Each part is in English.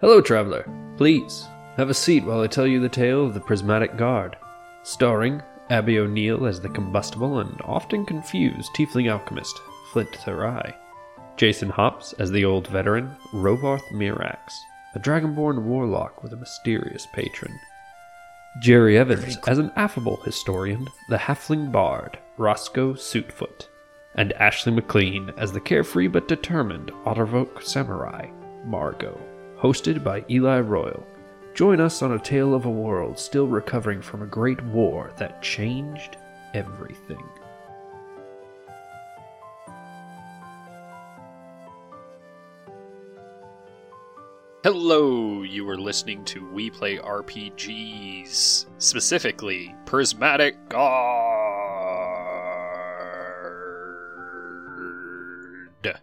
Hello, traveler. Please, have a seat while I tell you the tale of the Prismatic Guard. Starring Abby O'Neill as the combustible and often confused tiefling alchemist, Flint Therai. Jason Hops as the old veteran, Rovarth Mirax, a dragonborn warlock with a mysterious patron. Jerry Evans as an affable historian, the halfling bard, Roscoe Suitfoot, and Ashley McLean as the carefree but determined Ottervok samurai, Margot, hosted by Eli Royal. Join us on a tale of a world still recovering from a great war that changed everything. Hello, you are listening to We Play RPGs, specifically Prismatic Guard.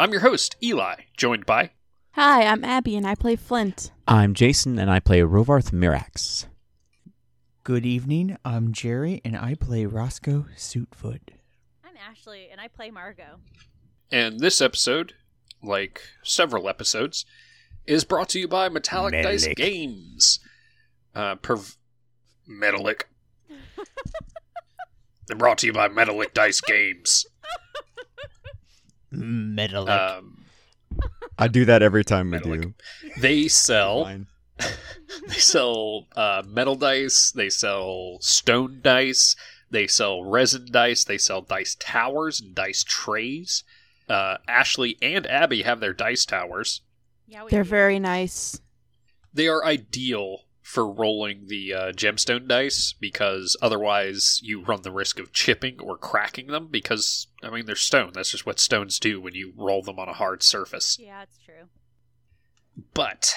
I'm your host, Eli, joined by. Hi, I'm Abby and I play Flint. I'm Jason, and I play Rovarth Mirax. Good evening. I'm Jerry, and I play Roscoe Suitfoot. I'm Ashley, and I play Margot. And this episode, like several episodes, is brought to you by Metallic Dice Metallic. Games. Uh, perv- Metallic. They're brought to you by Metallic Dice Games. Metal. Um, I do that every time we Metallic. do. they sell. Fine. they sell uh, metal dice they sell stone dice they sell resin dice they sell dice towers and dice trays uh, ashley and abby have their dice towers Yeah, we They're do. very nice. they are ideal for rolling the uh, gemstone dice because otherwise you run the risk of chipping or cracking them because i mean they're stone that's just what stones do when you roll them on a hard surface Yeah, it's true. But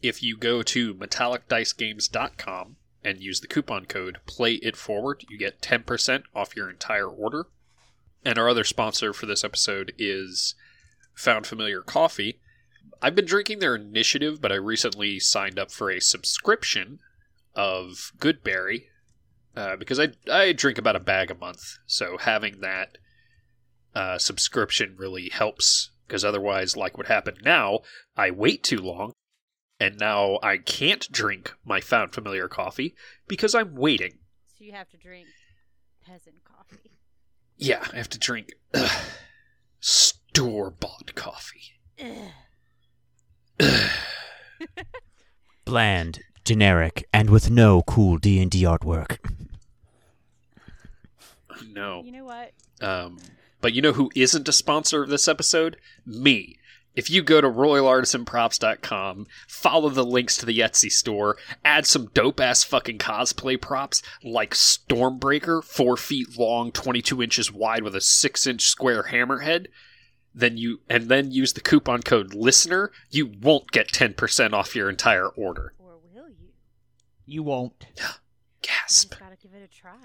if you go to metallicdicegames.com and use the coupon code play it forward, you get 10% off your entire order. And our other sponsor for this episode is Found Familiar Coffee. I've been drinking their initiative, but I recently signed up for a subscription of Goodberry uh, because I, I drink about a bag a month. So having that uh, subscription really helps because otherwise, like what happened now, I wait too long, and now I can't drink my found familiar coffee because I'm waiting. So you have to drink peasant coffee. Yeah, I have to drink store bought coffee. Ugh. Bland, generic, and with no cool D and D artwork. No. You know what? Um, but you know who isn't a sponsor of this episode? Me. If you go to royalartisanprops.com, follow the links to the Etsy store, add some dope ass fucking cosplay props like Stormbreaker, 4 feet long, 22 inches wide with a 6 inch square hammerhead, then you and then use the coupon code listener, you won't get 10% off your entire order. Or will you? you won't. You just Gasp. gotta give it a try.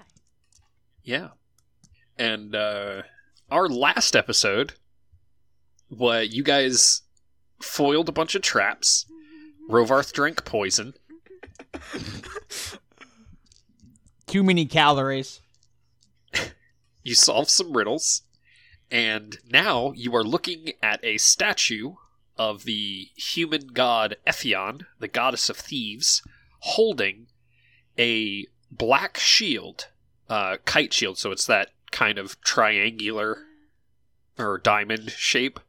Yeah. And uh our last episode what you guys foiled a bunch of traps. Rovarth drank poison. Too many calories. You solved some riddles. And now you are looking at a statue of the human god Ephion, the goddess of thieves, holding a black shield, uh, kite shield. So it's that kind of triangular or diamond shape.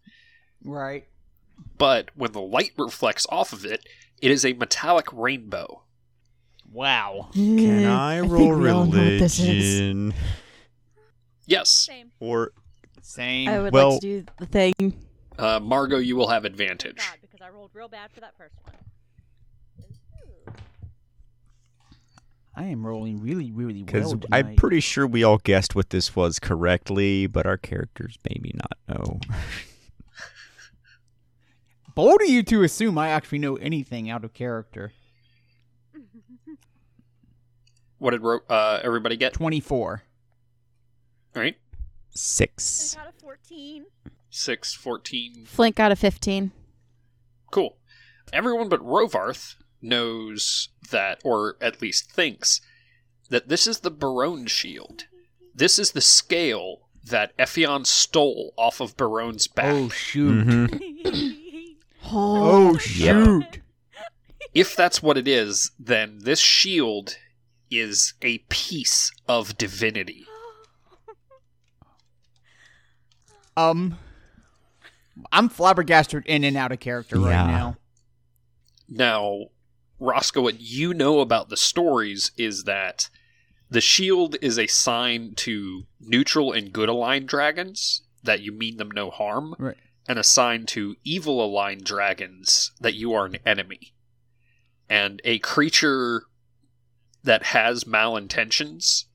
Right. but when the light reflects off of it, it is a metallic rainbow. Wow. Can I roll Mm. think we all know what this is. religion? Yes, Same. Or Same. I would Well- like to do the thing. uh, Margot, you will have advantage. God, because I rolled real bad for that first one. I am rolling really, really because well I'm tonight. pretty sure we all guessed what this was correctly, but our characters maybe not know. bold of you to assume I actually know anything out of character. What did Ro- uh, everybody get? Twenty-four. All right, Six. I got a 14. six, fourteen. Flint got a 15. Cool. Everyone but Rovarth knows that, or at least thinks, that this is the Barone shield. This is the scale that Ephion stole off of Barone's back. Mm-hmm. Oh shoot! Mhm. Did Oh. Oh, shoot. If that's what it is, then this shield is a piece of divinity. Um, I'm flabbergasted in and out of character Yeah. right now. Now, Roscoe, what you know about the stories is that the shield is a sign to neutral and good aligned dragons that you mean them no harm, Right. and a sign to evil aligned dragons that you are an enemy. And a creature that has malintentions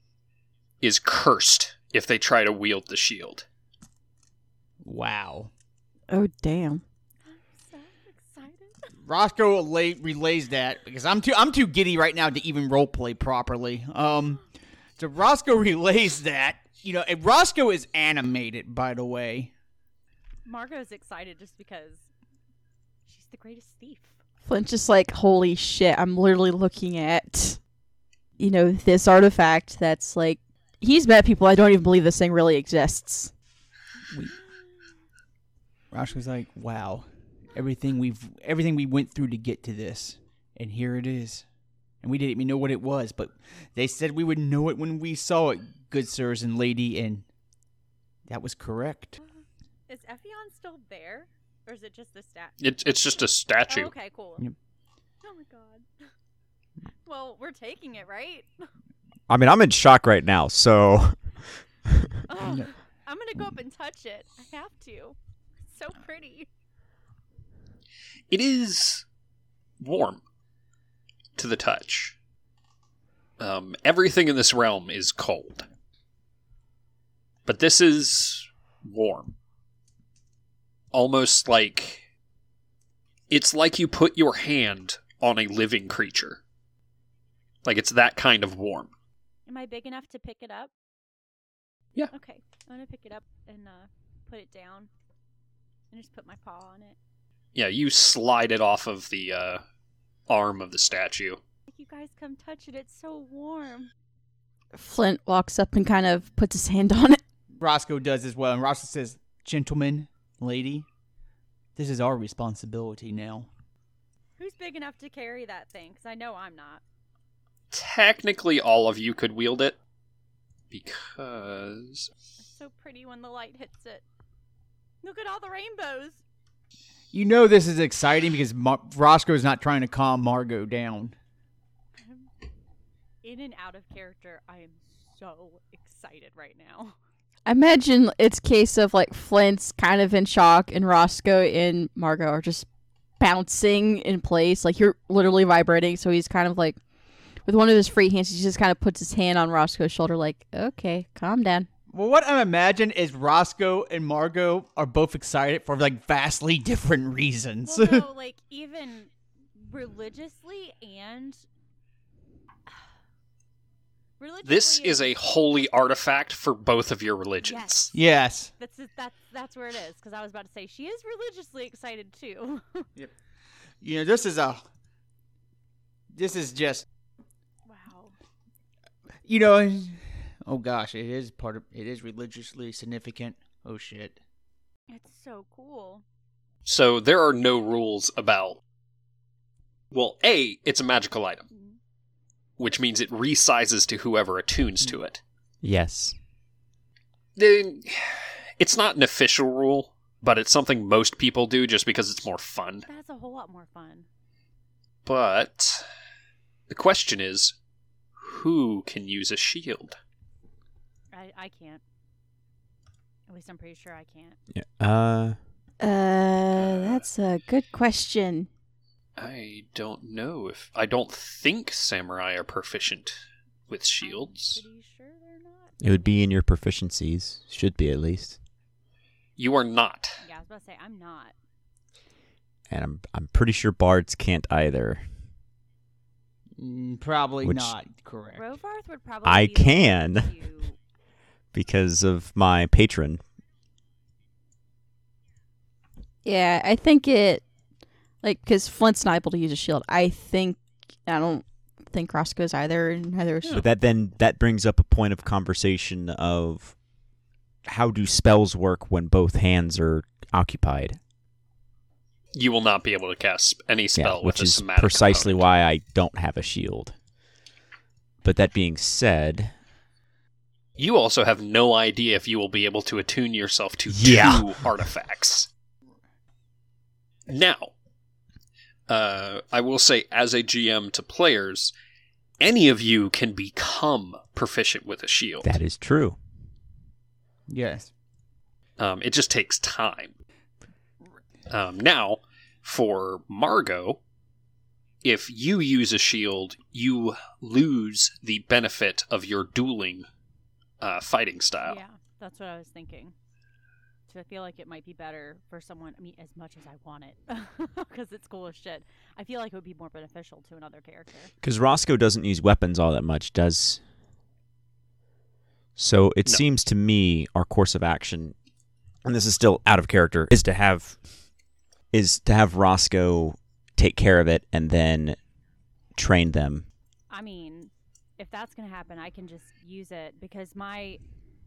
is cursed if they try to wield the shield. Wow. oh, damn. So excited. Roscoe la- relays that because I'm too I'm too giddy right now to even roleplay properly. Um, so Roscoe relays that you know, and Roscoe is animated by the way. Margot's excited just because she's the greatest thief. Flint's just like, holy shit, I'm literally looking at, you know, this artifact that's like, he's met people, I don't even believe this thing really exists. Roscoe's like, wow, everything we've everything we went through to get to this, and here it is, and we didn't even know what it was, but they said we would know it when we saw it, good sirs and lady, and that was correct. Is Effion still there? Or is it just the statue? It, it's just a Oh, statue. okay, cool. Yep. Oh my god. Well, we're taking it, right? I mean, I'm in shock right now. So Oh, I'm gonna go up and touch it. I have to. It's so pretty. It is warm to the touch. Um, everything in this realm is cold. But this is warm. Almost like. It's like you put your hand on a living creature. Like it's that kind of warm. Am I big enough to pick it up? Yeah. Okay. I'm gonna pick it up and uh, put it down, and just put my paw on it. Yeah, you slide it off of the uh, arm of the statue. If you guys come touch it, it's so warm. Flint walks up and kind of puts his hand on it. Roscoe does as well, and Roscoe says, gentlemen, lady, this is our responsibility now. Who's big enough to carry that thing? Because I know I'm not. Technically, all of you could wield it. Because. It's so pretty when the light hits it. Look at all the rainbows. You know this is exciting because Mar- Roscoe is not trying to calm Margot down. In and out of character, I am so excited right now. I imagine it's case of like Flint's kind of in shock and Roscoe and Margot are just bouncing in place. Like you're literally vibrating, so he's kind of like with one of his free hands, he just kind of puts his hand on Roscoe's shoulder, like, okay, calm down. Well, what I imagine is Roscoe and Margot are both excited for like vastly different reasons. Well, no, like even religiously and religiously. This is it- a holy artifact for both of your religions. Yes. yes. That's it- that's that's where it is. Because I was about to say she is religiously excited too. You know, this is a. This is just. wow. You know. Oh gosh, it is part of. It is religiously significant. Oh shit. It's so cool. So there are no rules about. Well, A, it's a magical item, which means it resizes to whoever attunes to it. Yes. Then, it's not an official rule, but it's something most people do just because it's more fun. That's a whole lot more fun. But the question is who can use a shield? I I can't. At least I'm pretty sure I can't. Yeah. Uh. Uh, that's a good question. I don't know if. I don't think samurai are proficient with shields. I'm pretty sure they're not. It would be in your proficiencies. Should be at least. You are not. Yeah, I was about to say I'm not. And I'm I'm pretty sure bards can't either. Mm, probably Which- not correct. Rovarth would probably. I be the one can. to- because of my patron. Yeah, I think it, like, because Flint's not able to use a shield. I think I don't think Roscoe's either, and neither is But that then that brings up a point of conversation of how do spells work when both hands are occupied? You will not be able to cast any Yeah, spell with which a is somatic precisely component. why I don't have a shield. But that being said, You also have no idea if you will be able to attune yourself to Yeah. two artifacts. Now, uh, I will say, as a GM to players, any of you can become proficient with a shield. that is true. Yes. Um, it just takes time. Um, now, for Margot, if you use a shield, you lose the benefit of your dueling uh, fighting style. Yeah, that's what I was thinking. So I feel like it might be better for someone. I mean, as much as I want it, because it's cool as shit. I feel like it would be more beneficial to another character. Because Roscoe doesn't use weapons all that much, does? So it No. seems to me our course of action, and this is still out of character, is to have is to have Roscoe take care of it and then train them. I mean, if that's going to happen, I can just use it because my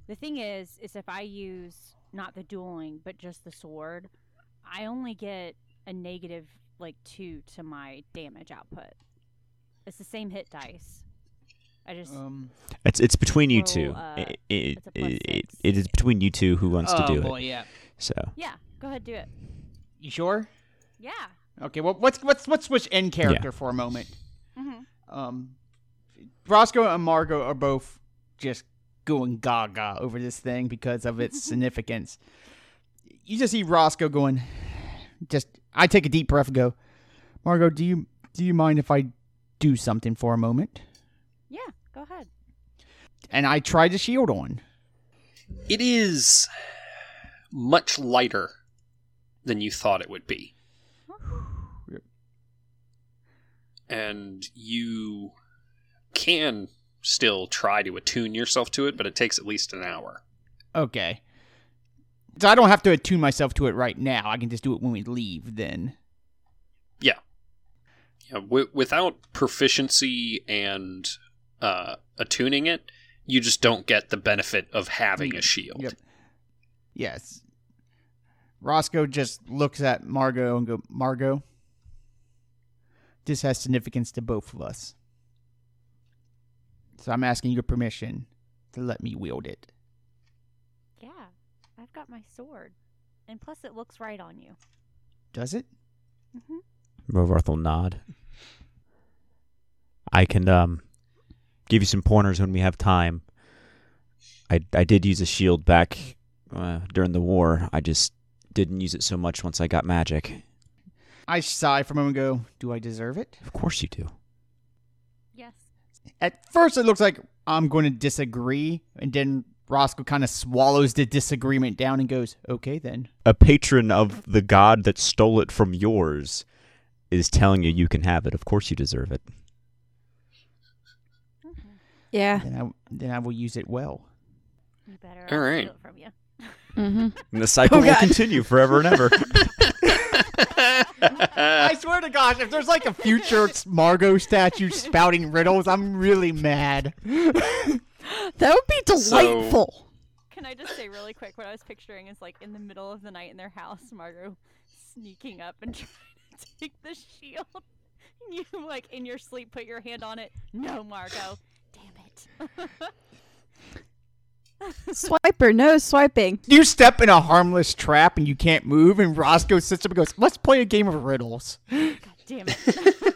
the thing is is if I use not the dueling but just the sword, I only get a negative like 2 to my damage output. It's the same hit dice. I just Um, It's it's between you Roll, two. uh, it, it, it's a plus it, it- six. it is between you two who wants to oh do boy, it. yeah. So Yeah, go ahead do it. You sure? Yeah. Okay. Well, let's let's let's switch in character for a moment. Mhm. Um, Roscoe and Margot are both just going gaga over this thing because of its significance. You just see Roscoe going, just I take a deep breath and go, Margot, do you do you mind if I do something for a moment? Yeah, go ahead. And I try the shield on. It is much lighter than you thought it would be. Yep. And you can still try to attune yourself to it, but it takes at least an hour. Okay. So I don't have to attune myself to it right now. I can just do it when we leave then. Yeah, w- without proficiency and uh, attuning it, you just don't get the benefit of having a shield. Mm-hmm. Mm. Yep. Yes. Roscoe just looks at Margot and go, Margot, this has significance to both of us. So I'm asking your permission to let me wield it. Yeah. I've got my sword. And plus it looks right on you. Does it? Mhm. Rovarth will nod. I can um, give you some pointers when we have time. I, I did use a shield back uh, during the war. I just didn't use it so much once I got magic. I sigh for a moment and go, Do I deserve it? Of course you do. Yes. At first, it looks like I'm going to disagree. And then Roscoe kind of swallows the disagreement down and goes, Okay, then. A patron of the god that stole it from yours is telling you you can have it. Of course you deserve it. Mhm. Yeah. Then I, then I will use it well. You better. All I'll right. steal it from you. Mm-hmm. And the cycle Oh, will God. continue forever and ever. I swear to gosh, if there's like a future Margot statue spouting riddles, I'm really mad. That would be So- delightful. Can I just say really quick what I was picturing is like in the middle of the night in their house, Margot sneaking up and trying to take the shield. You like in your sleep put your hand on it. No, Margot. Damn it. Oh Swiper, no swiping. You step in a harmless trap and you can't move, and Roscoe sits up and goes, "Let's play a game of riddles." God damn it.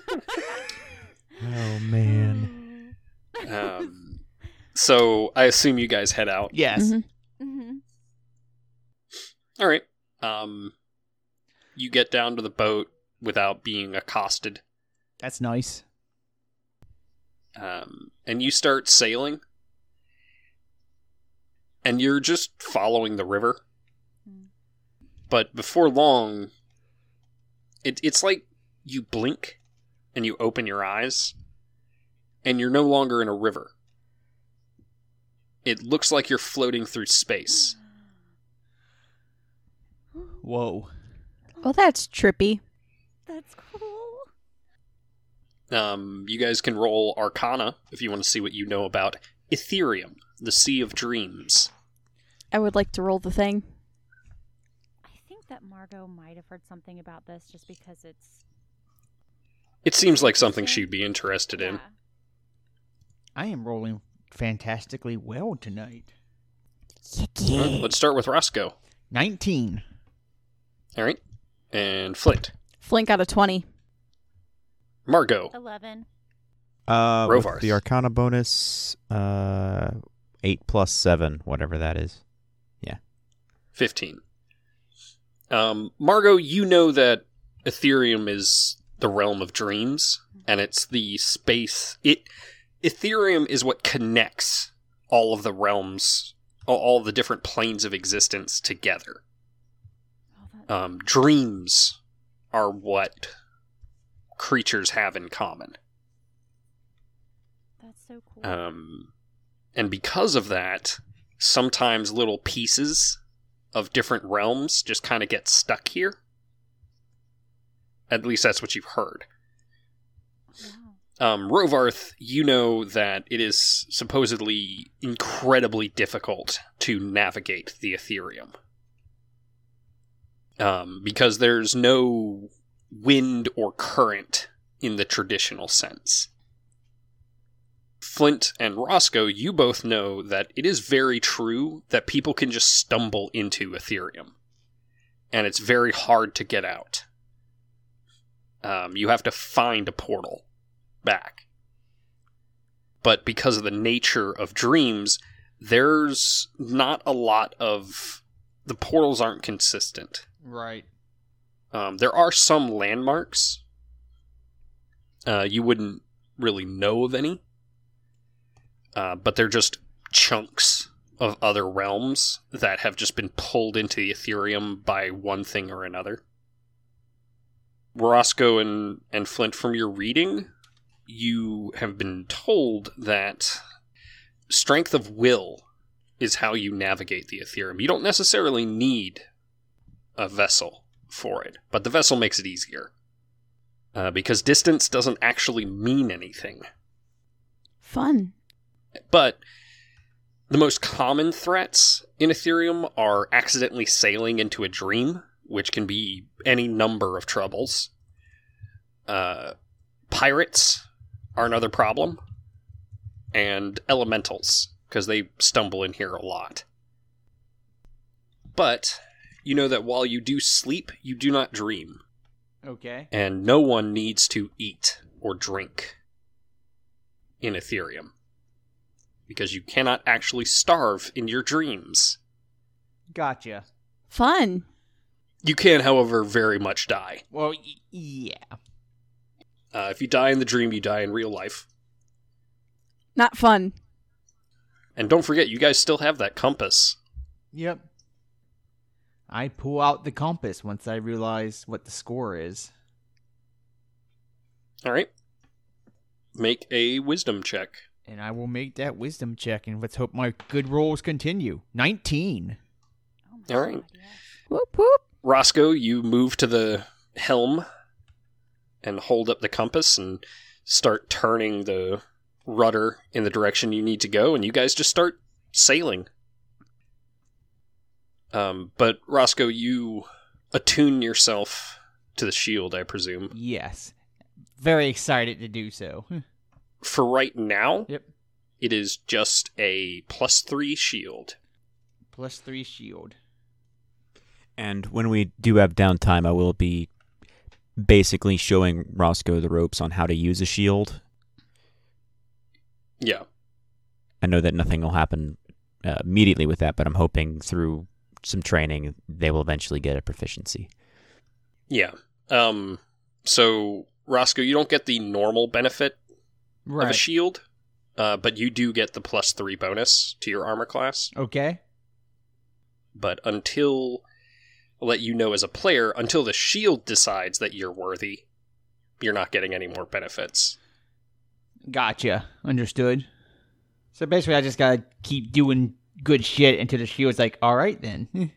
oh, man. Um, so I assume you guys head out. Yes. Mhm. hmm All right. Um, you get down to the boat without being accosted, That's nice. um, and you start sailing. And you're just following the river. Hmm. But before long, it, it's like you blink and you open your eyes, and you're no longer in a river. It looks like you're floating through space. Whoa. Well, that's trippy. That's cool. Um, you guys can roll Arcana if you want to see what you know about Ethereum, the Sea of Dreams. I would like to roll the thing. I think that Margot might have heard something about this just because it's It seems like something she'd be interested in. Yeah. I am rolling fantastically well tonight. Mm. Well, let's start with Roscoe. 19. All right. And Flint. Flink out of 20. Margot. Eleven. Uh, with Rovarth. the Arcana bonus, uh, eight plus seven, whatever that is. 15. Um, Margot, you know that Ethereum is the realm of dreams, and it's the space. It Ethereum is what connects all of the realms, all- all the different planes of existence together. Oh, that- Um, dreams are what creatures have in common. that's so cool. Um, and because of that, sometimes little pieces of different realms just kind of get stuck here. At least that's what you've heard. wow. Um, Rovarth, you know that it is supposedly incredibly difficult to navigate the Ethereum. Um, because there's no wind or current in the traditional sense. Flint and Roscoe, you both know that it is very true that people can just stumble into Ethereum. And it's very hard to get out. Um, you have to find a portal back. But because of the nature of dreams, there's not a lot of. The portals aren't consistent. Right. Um, there are some landmarks. Uh, you wouldn't really know of any, uh, but they're just chunks of other realms that have just been pulled into the Ethereum by one thing or another. Roscoe and, and Flint, from your reading, you have been told that strength of will is how you navigate the Ethereum. You don't necessarily need a vessel for it, but the vessel makes it easier. Uh, because distance doesn't actually mean anything. Fun. But the most common threats in Ethereum are accidentally sailing into a dream, which can be any number of troubles. Uh, pirates are another problem, and elementals, because they stumble in here a lot. But you know that while you do sleep, you do not dream Okay. and no one needs to eat or drink in Ethereum because you cannot actually starve in your dreams. Gotcha. Fun. You can, however, very much die. Well, y- yeah. Uh, if you die in the dream, you die in real life. Not fun. And don't forget, you guys still have that compass. Yep. I pull out the compass once I realize what the score is. All right. Make a wisdom check. And I will make that wisdom check, and let's hope my good rolls continue. 19. Oh my All right. God, yes. Whoop whoop. Roscoe, you move to the helm and hold up the compass and start turning the rudder in the direction you need to go, and you guys just start sailing. Um, but Roscoe, you attune yourself to the shield, I presume. Yes. Very excited to do so. For right now, Yep. it is just a plus three shield. Plus three shield. And when we do have downtime, I will be basically showing Roscoe the ropes on how to use a shield. Yeah. I know that nothing will happen uh, immediately with that, but I'm hoping through some training they will eventually get a proficiency. Yeah. Um, so, Roscoe, you don't get the normal benefit of a Right. shield, uh, but you do get the plus three bonus to your armor class. Okay. But until I'll let you know as a player, until the shield decides that you're worthy, you're not getting any more benefits. Gotcha. Understood. So basically, I just gotta keep doing good shit until the shield's like, all right then.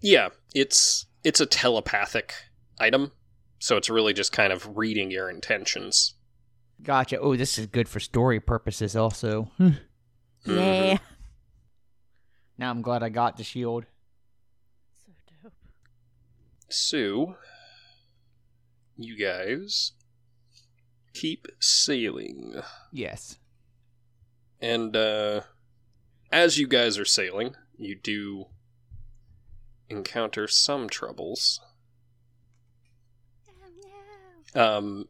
Yeah, it's it's a telepathic item, so it's really just kind of reading your intentions. gotcha. Oh, this is good for story purposes also. Mm-hmm. Yeah. now I'm glad I got the shield. So dope. So, you guys keep sailing. Yes. And uh, as you guys are sailing, you do encounter some troubles. Um,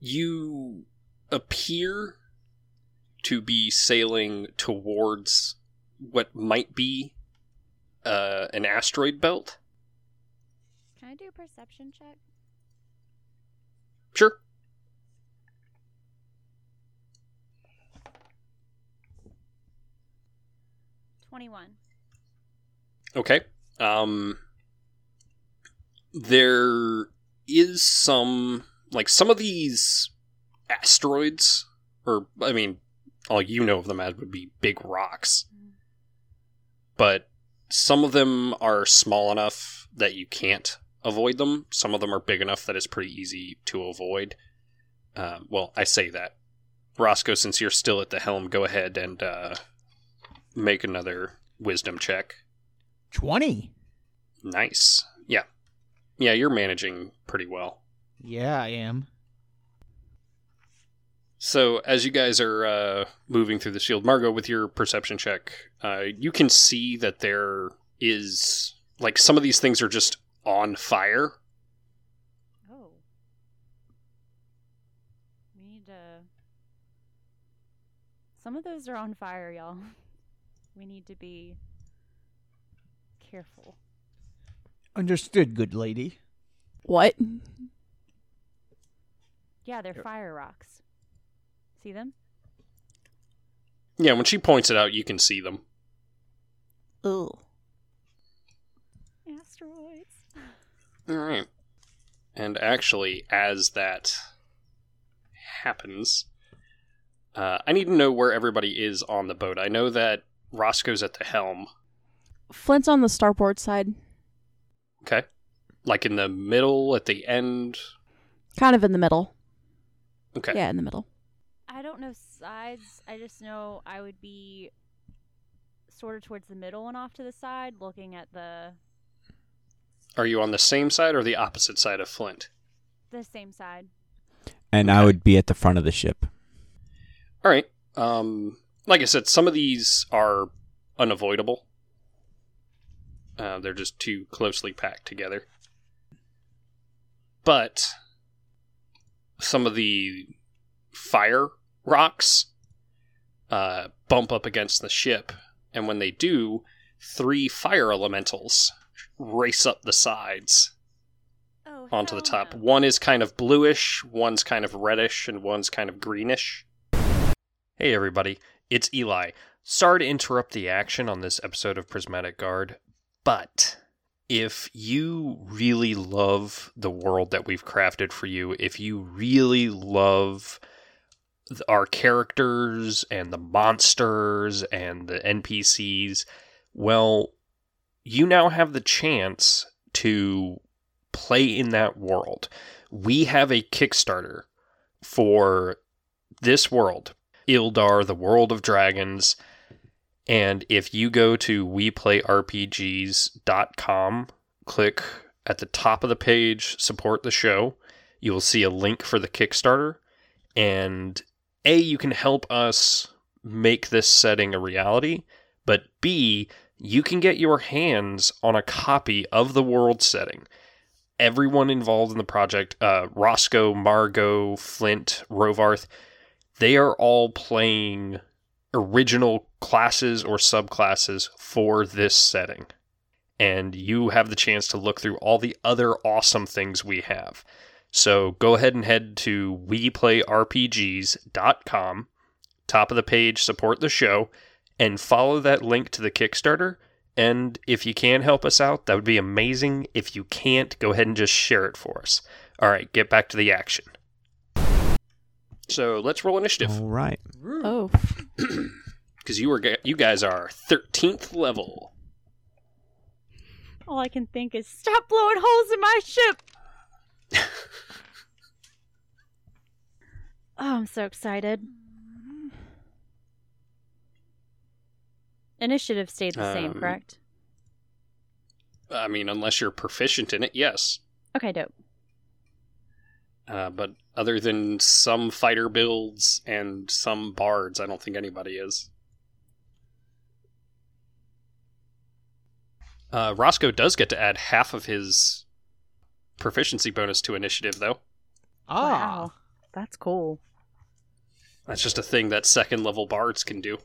you appear to be sailing towards what might be uh, an asteroid belt. Can I do a perception check? Sure. Twenty-one. Okay. Um there is some like some of these asteroids or I mean all you know of them as would be big rocks. But some of them are small enough that you can't avoid them. Some of them are big enough that it's pretty easy to avoid. Um, well, I say that. Roscoe, since you're still at the helm, go ahead and uh, make another wisdom check. 20. Nice. Yeah. Yeah, you're managing pretty well. Yeah, I am. So, as you guys are uh, moving through the shield, Margot, with your perception check, uh, you can see that there is, like, some of these things are just on fire. Oh. We need to. Some of those are on fire, y'all. We need to be careful. Understood, good lady. What? Yeah, they're fire rocks. See them? Yeah, when she points it out, you can see them. Ooh. Asteroids. All right. And actually, as that happens, uh, I need to know where everybody is on the boat. I know that Roscoe's at the helm. Flint's on the starboard side, Okay. Like in the middle, at the end. kind of in the middle. Okay. Yeah, in the middle. I don't know sides. I just know I would be sort of towards the middle and off to the side, looking at the Are you on the same side or the opposite side of Flint? the same side. And I would be at the front of the ship. All right. Um, like I said, some of these are unavoidable. Uh, they're just too closely packed together. But some of the fire rocks uh, bump up against the ship, and when they do, three fire elementals race up the sides Oh, onto the top. One is kind of bluish, one's kind of reddish, and one's kind of greenish. Hey, everybody, it's Eli. Sorry to interrupt the action on this episode of Prismatic Guard, but if you really love the world that we've crafted for you, if you really love th- our characters and the monsters and the NPCs, well, you now have the chance to play in that world. We have a Kickstarter for this world, Ildar, the World of Dragons. And if you go to weplayrpgs.com, click at the top of the page, support the show, you will see a link for the Kickstarter. And A, you can help us make this setting a reality, but B, you can get your hands on a copy of the world setting everyone involved in the project uh, Roscoe, Margot, Flint, Rovarth they are all playing original classes or subclasses for this setting. And you have the chance to look through all the other awesome things we have. So go ahead and head to weplayrpgs.com, top of the page, support the show, and follow that link to the Kickstarter. And if you can help us out, that would be amazing. If you can't, go ahead and just share it for us. All right, get back to the action. So let's roll initiative All right. Oh, because you were gu- you guys are thirteenth level. All I can think is stop blowing holes in my ship. oh, I'm so excited. Initiative stayed the same, Um, correct? I mean, unless you're proficient in it, yes. Okay, dope. Uh, but other than some fighter builds and some bards, I don't think anybody is. Uh, Roscoe does get to add half of his proficiency bonus to initiative, though. Ah, Wow. That's cool. That's just a thing that second level bards can do.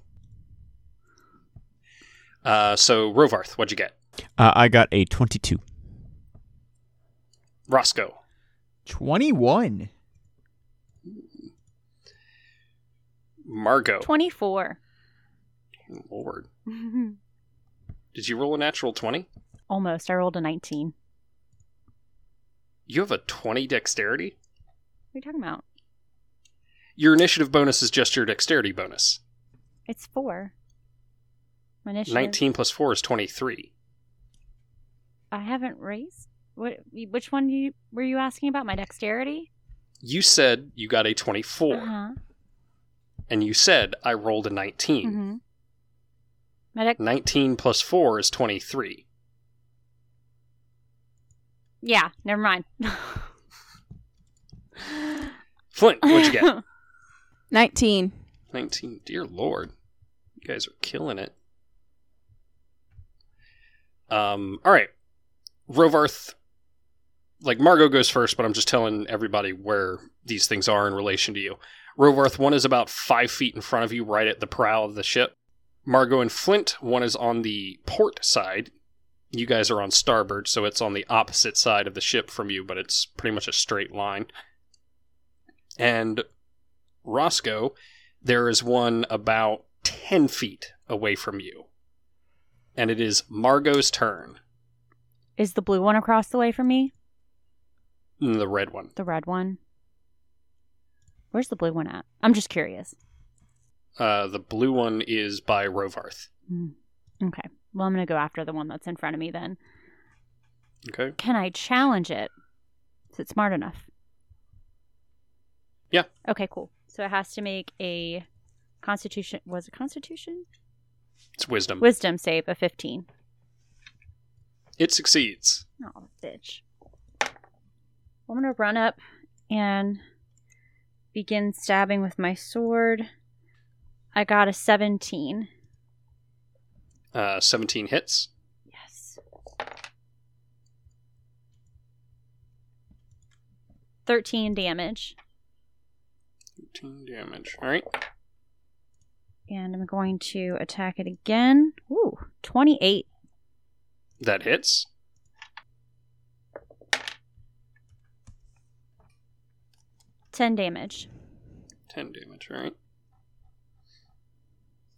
Uh, so, Rovarth, what'd you get? Uh, I got a 22. Roscoe. 21. Margot. 24. Lord. Did you roll a natural 20? Almost. I rolled a 19. What You have a 20 dexterity? are you talking about? Your initiative bonus is just your dexterity bonus. It's 4. My initiative. 19 plus 4 is 23. I haven't raised. What? Which one you were you asking about? My dexterity. You said you got a 24, Uh-huh. and you said I rolled a 19. Mm-hmm. My dex. 19 plus 4 is 23. Yeah. Never mind. Flint, what'd you get? 19. 19. Dear Lord. You guys are killing it. Um, all right. Rovarth. Like, Margot goes first, but I'm just telling everybody where these things are in relation to you. Rovarth, one is about five feet in front of you, right at the prow of the ship. Margot and Flint, one is on the port side. You guys are on starboard, so it's on the opposite side of the ship from you, but it's pretty much a straight line. And Roscoe, there is one about 10 feet away from you. And it is Margot's turn. Is the blue one across the way from me? Mm, The red one. The red one. Where's the blue one at? I'm just curious. Uh, the blue one is by Rovarth. Mm. Okay. Well, I'm gonna go after the one that's in front of me then. Okay. Can I challenge it? Is it smart enough? Yeah. Okay, cool. So it has to make a constitution was it constitution? It's wisdom. Wisdom save of fifteen. it succeeds. Oh bitch. I'm gonna run up and begin stabbing with my sword. I got a seventeen. Uh, 17 hits. Yes. Thirteen damage. 18 damage. All right. And I'm going to attack it again. Ooh, 28. That hits. Ten damage. 10 damage. All right.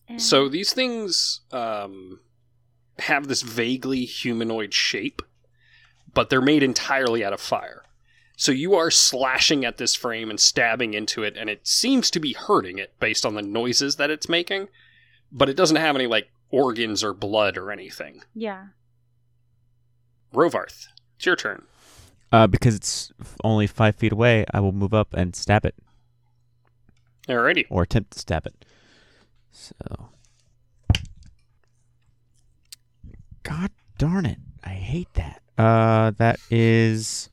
And- So these things um, have this vaguely humanoid shape, but they're made entirely out of fire. So you are slashing at this frame and stabbing into it, and it seems to be hurting it based on the noises that it's making, but it doesn't have any like organs or blood or anything. Yeah. Rovarth, it's your turn. Uh, because it's f- only five feet away, I will move up and stab it, Alrighty. or attempt to stab it. So. God darn it. I hate that. Uh, that is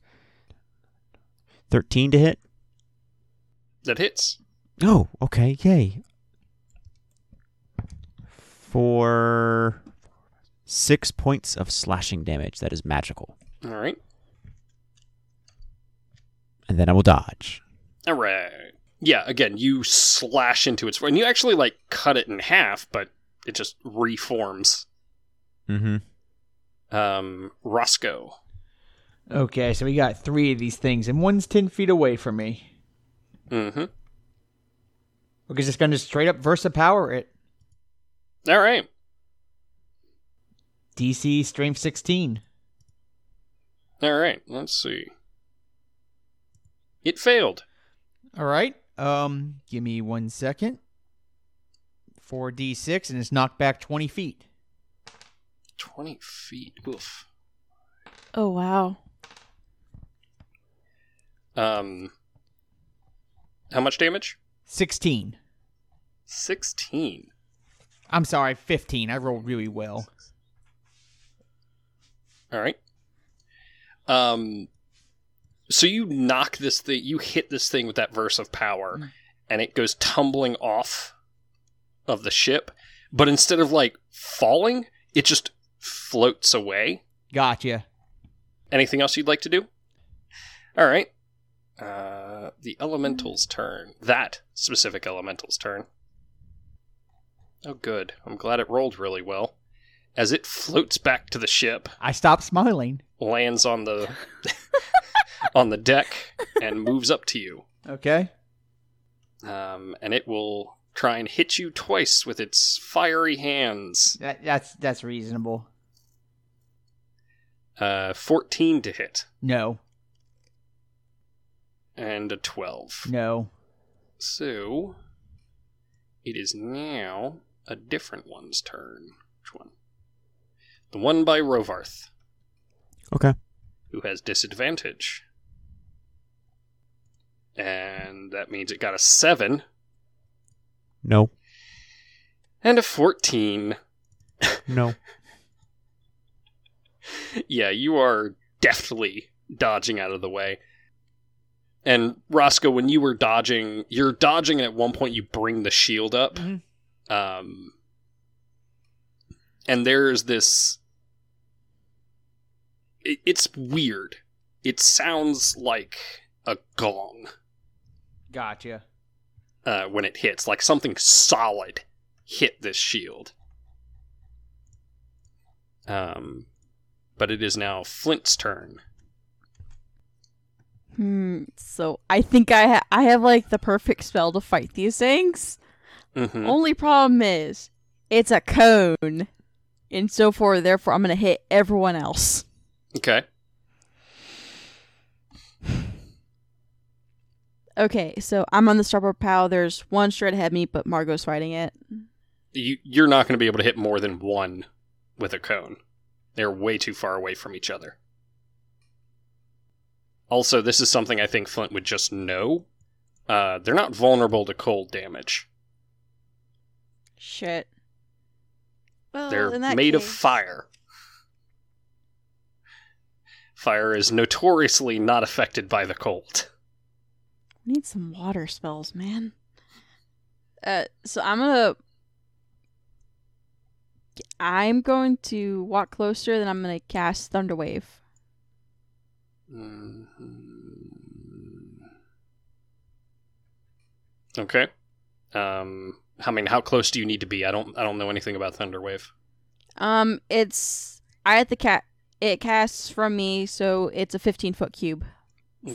13 to hit. That hits. Oh, okay, yay. For six points of slashing damage, that is magical. Alright. And then I will dodge. All right. Yeah, again, you slash into its and you actually like cut it in half, but it just reforms. Mm-hmm. Um, Roscoe. Okay, so we got three of these things, and one's 10 feet away from me. Mm-hmm. We're just going to straight up Versa Power it. All right. DC Strength 16. All right. Let's see. It failed. All right. Um, give me one second. 4d6, and it's knocked back 20 feet. 20 feet. Oof. Oh, wow. Um, how much damage? 16. 16. I'm sorry, 15. I rolled really well. All right. Um, so you knock this thing, you hit this thing with that verse of power, and it goes tumbling off of the ship. But instead of like falling, it just floats away. Gotcha. Anything else you'd like to do? All right. Uh, the elemental's turn. That specific elemental's turn. Oh, good. I'm glad it rolled really well. As it floats back to the ship, I stopped smiling. lands on the on the deck and moves up to you. Okay. Um, and it will try and hit you twice with its fiery hands. That, that's that's reasonable. Uh, 14 to hit No. and a 12. No. So it is now a different one's turn. Which one? The one by Rovarth, Okay. who has disadvantage. And that means it got a 7 No. and a 14. No. yeah, you are deftly dodging out of the way. And Roscoe, when you were dodging, you're dodging, and at one point you bring the shield up. Mhm. Um, and there's this. It, it's weird. It sounds like a gong Gotcha. uh, when it hits, like something solid hit this shield. Um, but it is now Flint's turn. Hmm. So I think I ha- I have like the perfect spell to fight these things. Mm-hmm. Only problem is it's a cone, and so forth. Therefore, I'm gonna hit everyone else. Okay. Okay, so I'm on the starboard bow. There's one straight ahead of me, but Margot's fighting it. You, you're not going to be able to hit more than one with a cone. They're way too far away from each other. Also, this is something I think Flint would just know. Uh, they're not vulnerable to cold damage. Shit. Well, They're made of fire. Fire is notoriously not affected by the cold. Need some water spells, man. Uh, so I'm gonna. I'm going to walk closer, then I'm gonna cast Thunderwave. Mm-hmm. Okay. Um, I mean, how close do you need to be? I don't. I don't know anything about Thunderwave. Um, it's I at the cat. It casts from me, so it's a 15 foot cube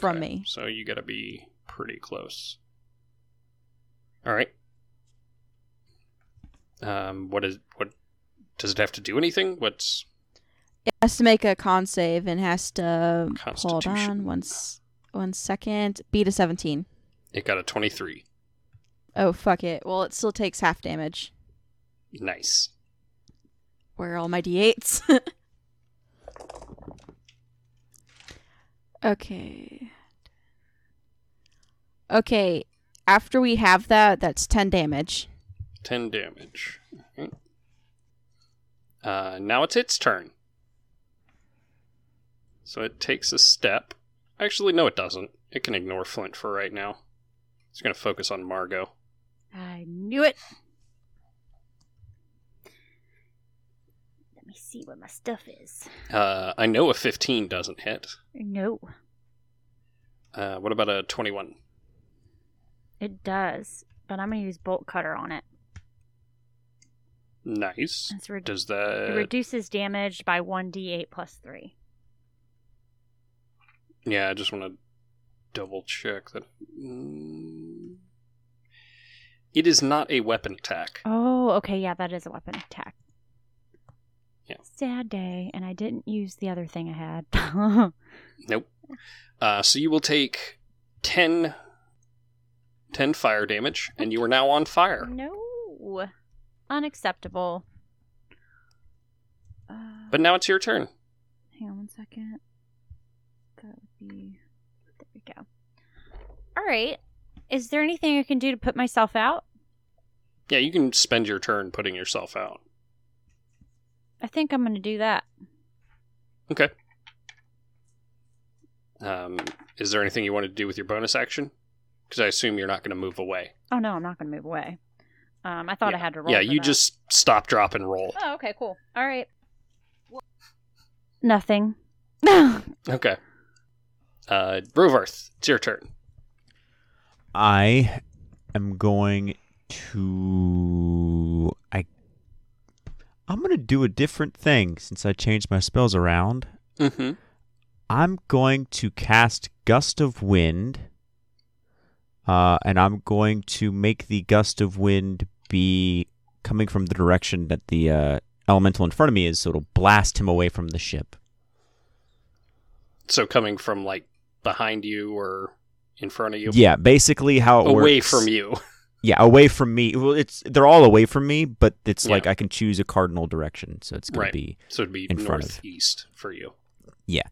from Okay, me. So you got to be pretty close. All right. Um, what is what? Does it have to do anything? What's It has to make a con save and has to hold Constitution. on one s- one second. Beat a 17. it got a twenty-three? Oh fuck it. Well, it still takes half damage. Nice. Where are all my d8s? okay. Okay. After we have that, that's 10 damage. 10 damage. Alright. Uh, now it's its turn. So it takes a step. Actually, no, it doesn't. It can ignore Flint for right now. It's going to focus on Margot. I knew it. Let me see where my stuff is. Uh, I know a 15 doesn't hit. No, Uh, what about a 21? it does. But I'm gonna use bolt cutter on it. Nice. It's re- Does it that. reduces damage by one d8 plus three. Yeah, I just want to double check that. Mm. It is not a weapon attack. Oh, okay, yeah, that is a weapon attack. Yeah. Sad day, and I didn't use the other thing I had. Nope. Uh, so you will take 10, 10 fire damage, and you are now on fire. no, unacceptable. Uh, But now it's your turn. Hang on one second. That would be. There we go. All right. Is there anything I can do to put myself out? Yeah, you can spend your turn putting yourself out. I think I'm going to do that. Um, is there anything you want to do with your bonus action? Because I assume you're not going to move away. Oh no, I'm not going to move away. Um, I thought I had to roll. yeah, for you that. just stop, drop, and roll. Oh, okay, cool. All right. Nothing. Okay. Uh, Rovarth, it's your turn. I am going to I I'm going to do a different thing since I changed my spells around. Mm-hmm. I'm going to cast Gust of Wind. Uh, and I'm going to make the gust of wind be coming from the direction that the uh, elemental in front of me is, so it'll blast him away from the ship. So coming from like behind you or in front of you. Yeah, basically how it Away works- from you. Yeah, away from me. Well, it's they're all away from me, but it's Yeah. like I can choose a cardinal direction, so it's gonna Right. be So it'd be In front of. northeast for you. yeah.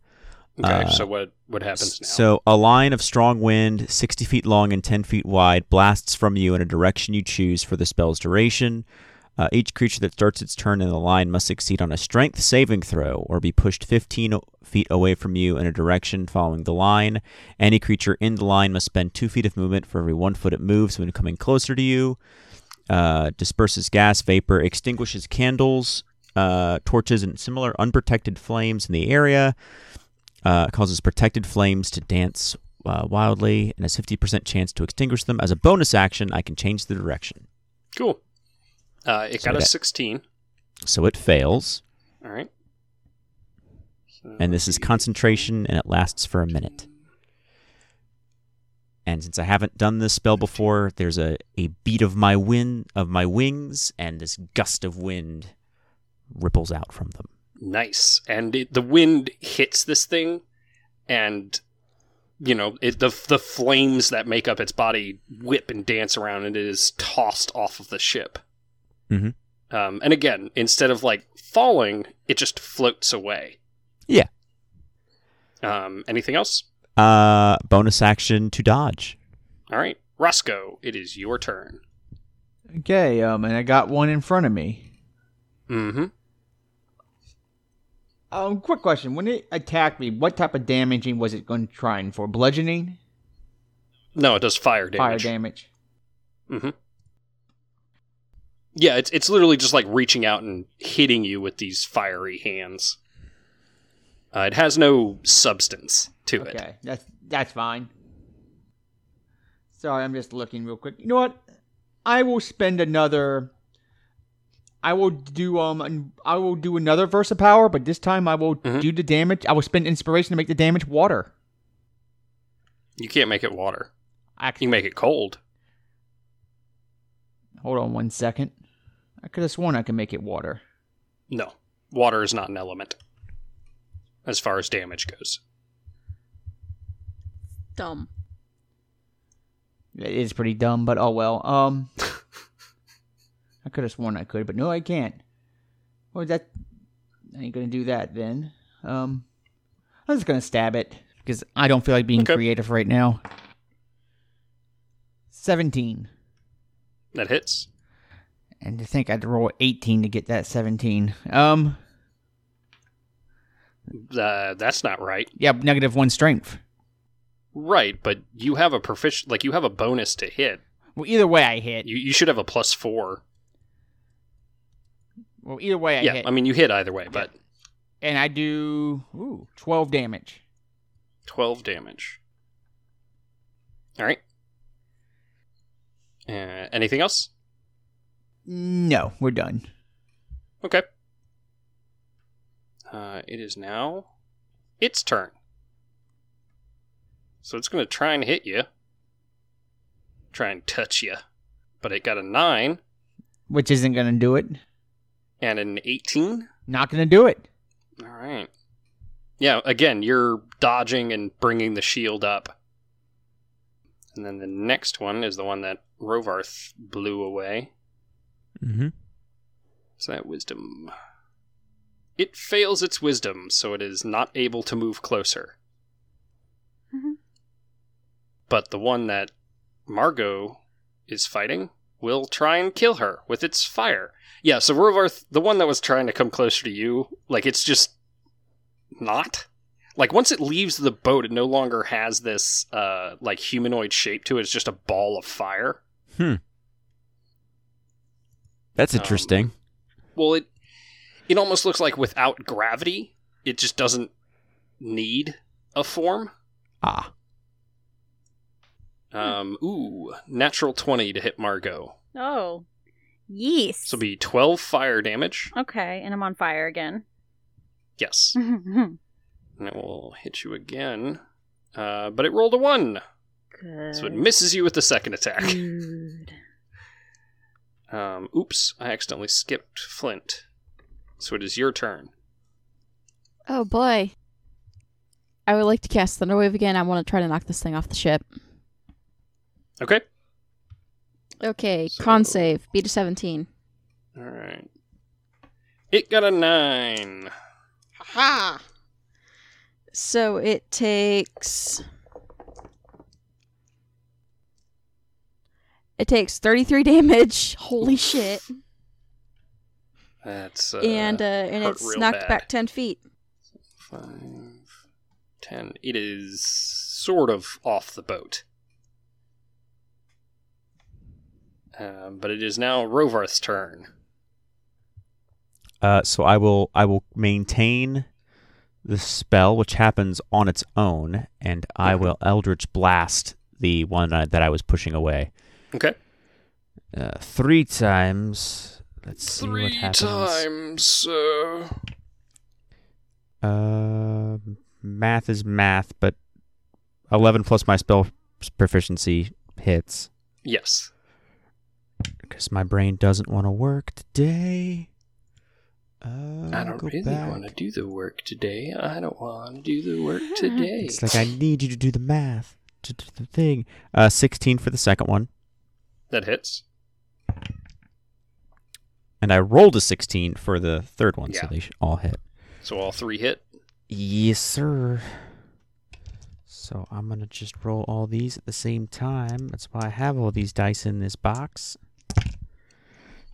Okay. Uh, so what what happens now? So a line of strong wind, 60 feet long and 10 feet wide, blasts from you in a direction you choose for the spell's duration. Uh, each creature that starts its turn in the line must succeed on a strength saving throw or be pushed 15 o- feet away from you in a direction following the line. Any creature in the line must spend two feet of movement for every one foot it moves when coming closer to you. Uh, disperses gas, vapor, extinguishes candles, uh, torches, and similar unprotected flames in the area uh, causes protected flames to dance uh, wildly and has 50% chance to extinguish them. As a bonus action, I can change the direction. cool. Uh, it So got a that- sixteen. So it fails, All right. So and this is concentration, and it lasts for a minute. And since I haven't done this spell before, there's a, a beat of my wind of my wings, and this gust of wind ripples out from them. Nice. And it, the wind hits this thing, and you know it, the the flames that make up its body whip and dance around, and it is tossed off of the ship. Mhm. Um, and again, instead of like falling, it just floats away. Yeah. Um, anything else? Uh, bonus action to dodge. All right, Roscoe, it is your turn. Okay, um, and I got one in front of me. Mm-hmm. Um, quick question: When it attacked me, what type of damaging was it going to trying for? Bludgeoning, No, it does fire fire damage. damage. Mm-hmm. Yeah, it's it's literally just like reaching out and hitting you with these fiery hands. Uh, it has no substance to it. Okay, that's that's fine. Sorry, I'm just looking real quick. You know what? I will spend another. I will do um. an- I will do another verse of power, but this time I will Mhm. do the damage. I will spend inspiration to make the damage water. You can't make it water. You Actually, can make it cold. hold on one second. I could have sworn I could make it water. No, water is not an element as far as damage goes. Dumb. It is pretty dumb, but oh well. Um, I could have sworn I could, but no, I can't. Well, that I ain't gonna do that then. Um, I'm just gonna stab it because I don't feel like being Okay. creative right now. Seventeen, That hits. and to think I'd roll eighteen to get that seventeen. Um, Uh, that's not right. yeah, negative one strength. Right, but you have a proficient, like you have a bonus to hit. Well, either way I hit. You you should have a plus four. Well, either way I yeah, hit, I mean you hit either way, but and I do ooh twelve damage. 12 damage. All right. Uh, anything else? No, we're done. Okay. Uh, it is now its turn. So it's going to try and hit you, try and touch you. But it got a 9 Which isn't gonna do it. and an 18. Not gonna do it. All right. Yeah, again, you're dodging and bringing the shield up. And then the next one is the one that Rovarth blew away. Mm-hmm. So that wisdom. It fails its wisdom, so it is not able to move closer. Mhm. But the one that Margot is fighting will try and kill her with its fire. Yeah, so Rovarth, the one that was trying to come closer to you, like it's just not. Like once it leaves the boat, it no longer has this uh like humanoid shape to it. It's just a ball of fire. Hmm. That's Um, interesting. Well, it it almost looks like without gravity, it just doesn't need a form. ah. Um, ooh, natural twenty to hit Margot. Oh, yes. So be twelve fire damage. okay, and I'm on fire again. Hmm. Yes, and it will hit you again. Uh, but it rolled a one, Good. so it misses you with the second attack. Good. Um, oops, I accidentally skipped Flint. So it is your turn. Oh boy. I would like to cast Thunderwave again. I want to try to knock this thing off the ship. Okay. Okay, So- con save. Beat a 17. All right. It got a nine. Ha! So it takes. It takes 33 damage. Holy shit. That's uh, and uh, and hurt it's real knocked bad. back 10 feet. five, ten. It is sort of off the boat. Um, but it is now Rovarth's turn. Uh, so I will I will maintain the spell, which happens on its own, and I will Eldritch Blast the one I, that I was pushing away Okay. uh, three times. Let's see what happens. so. Uh, math is math, but eleven plus my spell proficiency hits Yes. because my brain doesn't want to work today. Uh, I don't go really back. want to do the work today. I don't want to do the work today. It's like I need you to do the math to do the thing. Uh, 16 for the second one, That hits. and I rolled a 16 for the third one, so Yeah. they should all hit. So all three hit. Yes, sir. So I'm gonna just roll all these at the same time. That's why I have all these dice in this box.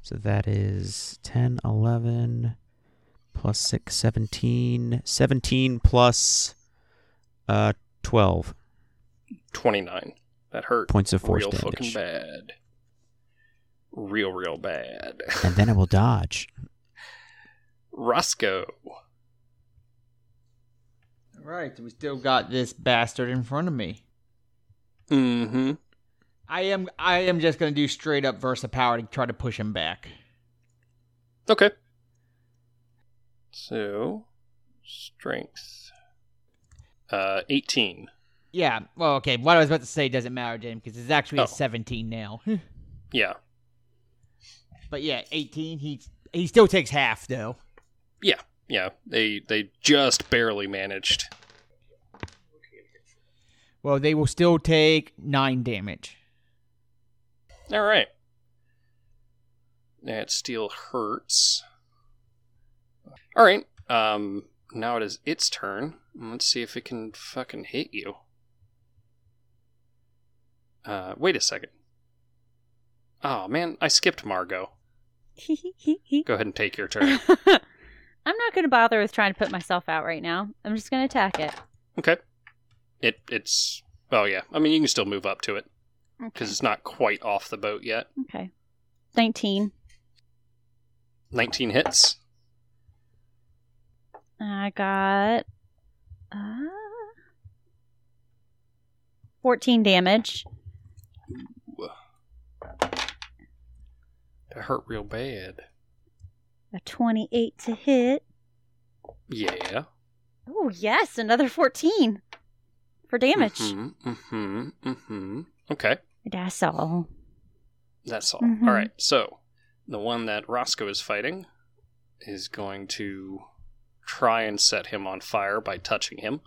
So that is 10, 11, plus 6, 17, 17 plus uh, 12 29. That hurt. points of force real fucking damage. bad. Real, real bad. And then I will dodge. Roscoe. All right, we still got this bastard in front of me. Mm-hmm. I am I am just gonna do straight up Versa power to try to push him back. Okay. So, strength. Uh, 18. Yeah. Well, okay. What I was about to say doesn't matter, Jim, because it's actually Oh. a 17 now. Yeah. but yeah, 18. He he still takes half though. Yeah. They they just barely managed. Well, they will still take nine damage. All right. That still hurts. All right. Um. Now it is its turn. Let's see if it can fucking hit you. Uh. Wait a second. Oh man, I skipped Margot. Go ahead and take your turn. I'm not going to bother with trying to put myself out right now. I'm just going to attack it. Okay. It. It's. Oh yeah. I mean, you can still move up to it Okay. because it's not quite off the boat yet. okay. 19. Nineteen hits. I got uh, 14 damage. That hurt real bad. A 28 to hit. Yeah. Oh, yes, another 14 for damage. Mm-hmm, mm-hmm, mm-hmm. Okay, That's all. that's all. Mhm. All right, so the one that Roscoe is fighting is going to try and set him on fire by touching him,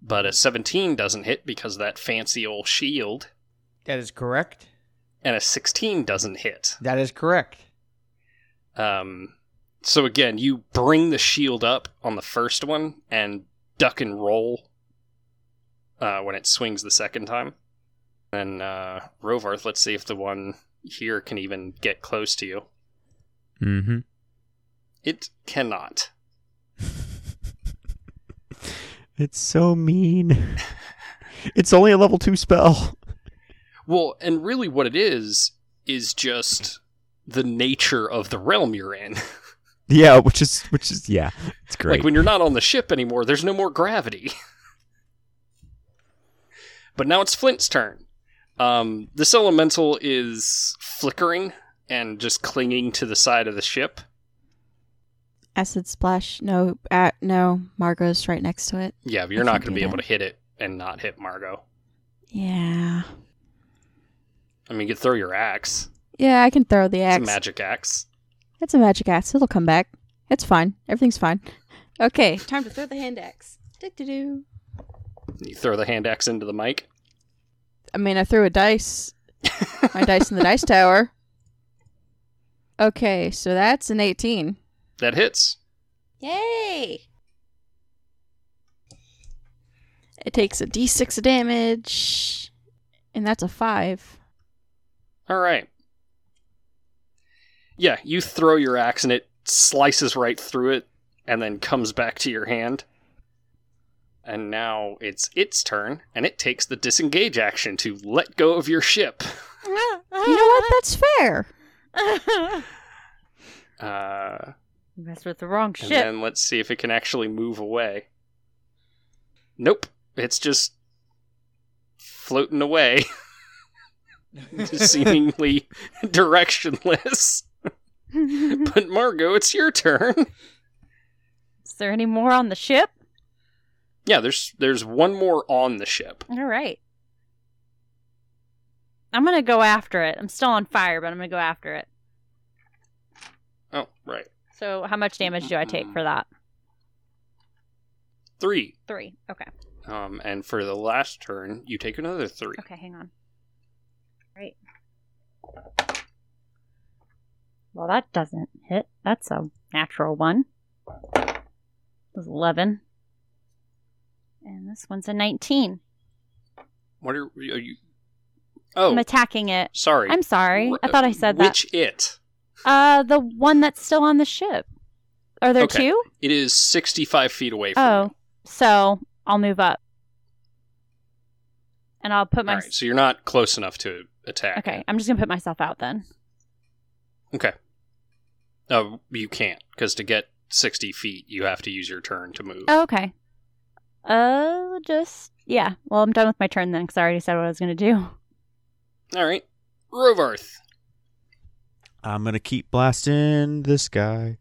but a 17 doesn't hit because of that fancy old shield, That is correct. and a 16 doesn't hit. That is correct. Um, so again, you bring the shield up on the first one and duck and roll uh, when it swings the second time. And uh, Rovarth, let's see if the one here can even get close to you. Mm-hmm. It cannot. It's so mean. it's only a level two spell. Well, and really what it is is just the nature of the realm you're in. Yeah, which is which is yeah, it's great. like when you're not on the ship anymore, there's no more gravity. but now it's Flint's turn. Um, this elemental is flickering and just clinging to the side of the ship. Acid splash. No, uh, no. Margot's right next to it. Yeah, but I you're not can't going to do be able that. to hit it and not hit Margot. Yeah. I mean, you could throw your axe. Yeah, I can throw the axe. It's a magic axe. It's a magic axe. It'll come back. It's fine. Everything's fine. Okay, time to throw the hand axe. Do-do-do. You throw the hand axe into the mic. I mean, I threw a dice. My dice in the dice tower. Okay, so that's an 18. That hits. Yay! It takes a d6 of damage. And that's a 5. All right. Yeah, you throw your axe and it slices right through it and then comes back to your hand. And now it's its turn and it takes the disengage action to let go of your ship. You know what? That's fair. what? Uh, you messed with the wrong and ship. then let's see if it can actually move away. Nope. It's just floating away, seemingly directionless. but Margot, it's your turn. Is there any more on the ship? Yeah, there's there's one more on the ship. All right. I'm gonna go after it. I'm still on fire, but I'm gonna go after it. Oh, right. So, how much damage do I take for that? Three. Three. Okay. Um, and for the last turn, you take another three. Okay, hang on. Right. Well, that doesn't hit. That's a natural one. That's 11. And this one's a 19. What are, are you? Oh, I'm attacking it. sorry. I'm sorry. I thought I said that. Which it? Uh, the one that's still on the ship. Are there Okay. two? It is sixty-five feet away from Oh, you. so I'll move up, and I'll put my. All right, so you're not close enough to attack. okay, I'm just gonna put myself out then. Okay. Oh, you can't because to get sixty feet, you have to use your turn to move. Oh, okay. Uh, just yeah. Well, I'm done with my turn then, because I already said what I was gonna do. All right, Rovarth. I'm gonna keep blasting this guy,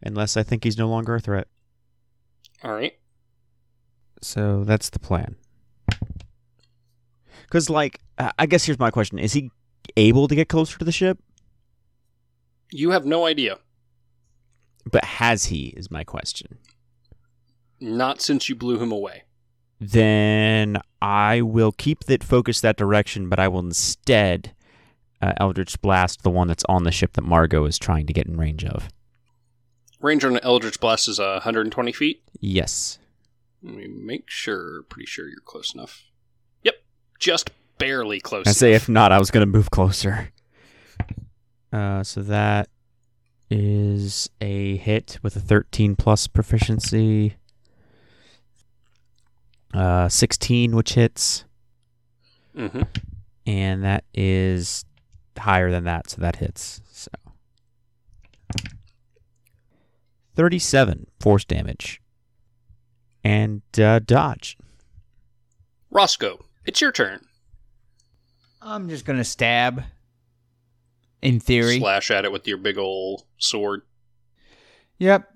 unless I think he's no longer a threat. All right. So that's the plan. Cause like, I I guess here's my question: Is he able to get closer to the ship? You have no idea. But has he? Is my question. Not since you blew him away. Then I will keep that focus that direction, but I will instead uh, Eldritch Blast the one that's on the ship that Margot is trying to get in range of. Range on an Eldritch Blast is uh, 120 feet. Yes. Let me make sure. Pretty sure you're close enough. Yep, just barely close. I say enough. if not, I was gonna move closer. Uh, so that is a hit with a 13 plus proficiency. Uh, 16, which hits, Mhm. and that is higher than that, so that hits. So 37 force damage, and uh, dodge. Roscoe, it's your turn. I'm just gonna stab. In theory. Slash at it with your big ol' sword. Yep.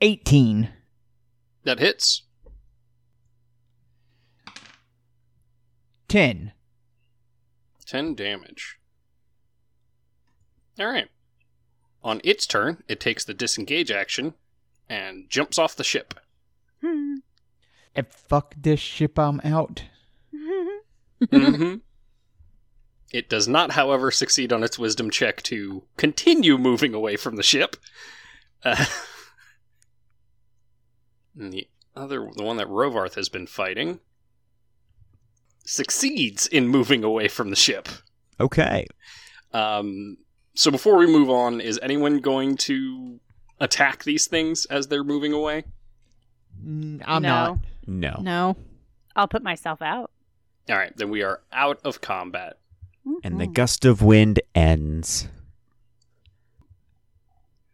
18. That hits. 10. Ten damage. All right. On its turn, it takes the disengage action and jumps off the ship. And fuck this ship, I'm out. mm-hmm. It does not, however, succeed on its wisdom check to continue moving away from the ship. Uh, and the other, the one that Rovarth has been fighting, succeeds in moving away from the ship. Okay. Um, so before we move on, is anyone going to attack these things as they're moving away? Mm, I'm No. not. No. No. I'll put myself out. All right, then we are out of combat. And the Mhm. gust of wind ends.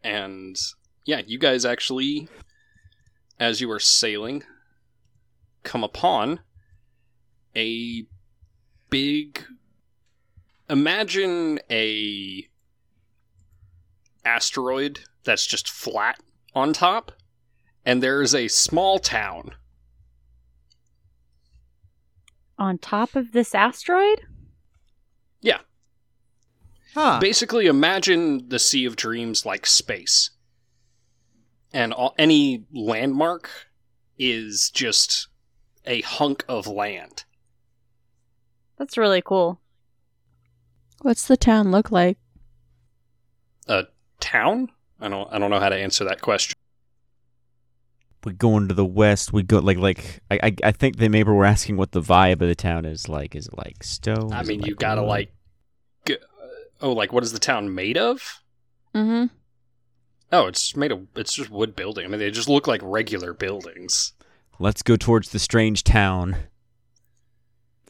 And yeah, you guys actually, as you are sailing, come upon a big. Imagine a asteroid that's just flat on top, and there is a small town. on top of this asteroid. Yeah, Huh. basically imagine the sea of dreams like space and all, any landmark is just a hunk of land That's really cool. What's the town look like? a town i don't i don't know how to answer that question We're going to the west. We go like like I I, I think they maybe were asking what the vibe of the town is like. Is it like stone? i Is it mean you like gotta wood? like g- oh like what is the town made of Mm-hmm. oh it's made of it's just wood building i mean they just look like regular buildings Let's go towards the strange town.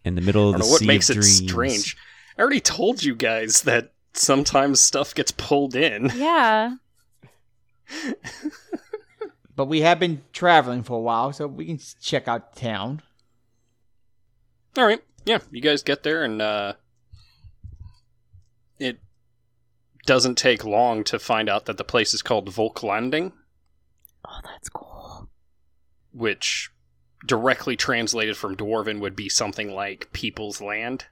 In the i middle of don't the know what sea makes of it dreams. strange i already told you guys that sometimes stuff gets pulled in Yeah. But we have been traveling for a while, so we can s- check out town. All right. Yeah, you guys get there, and uh, it doesn't take long to find out that the place is called Volk Landing, Oh, that's cool. which directly translated from Dwarven would be something like People's Land.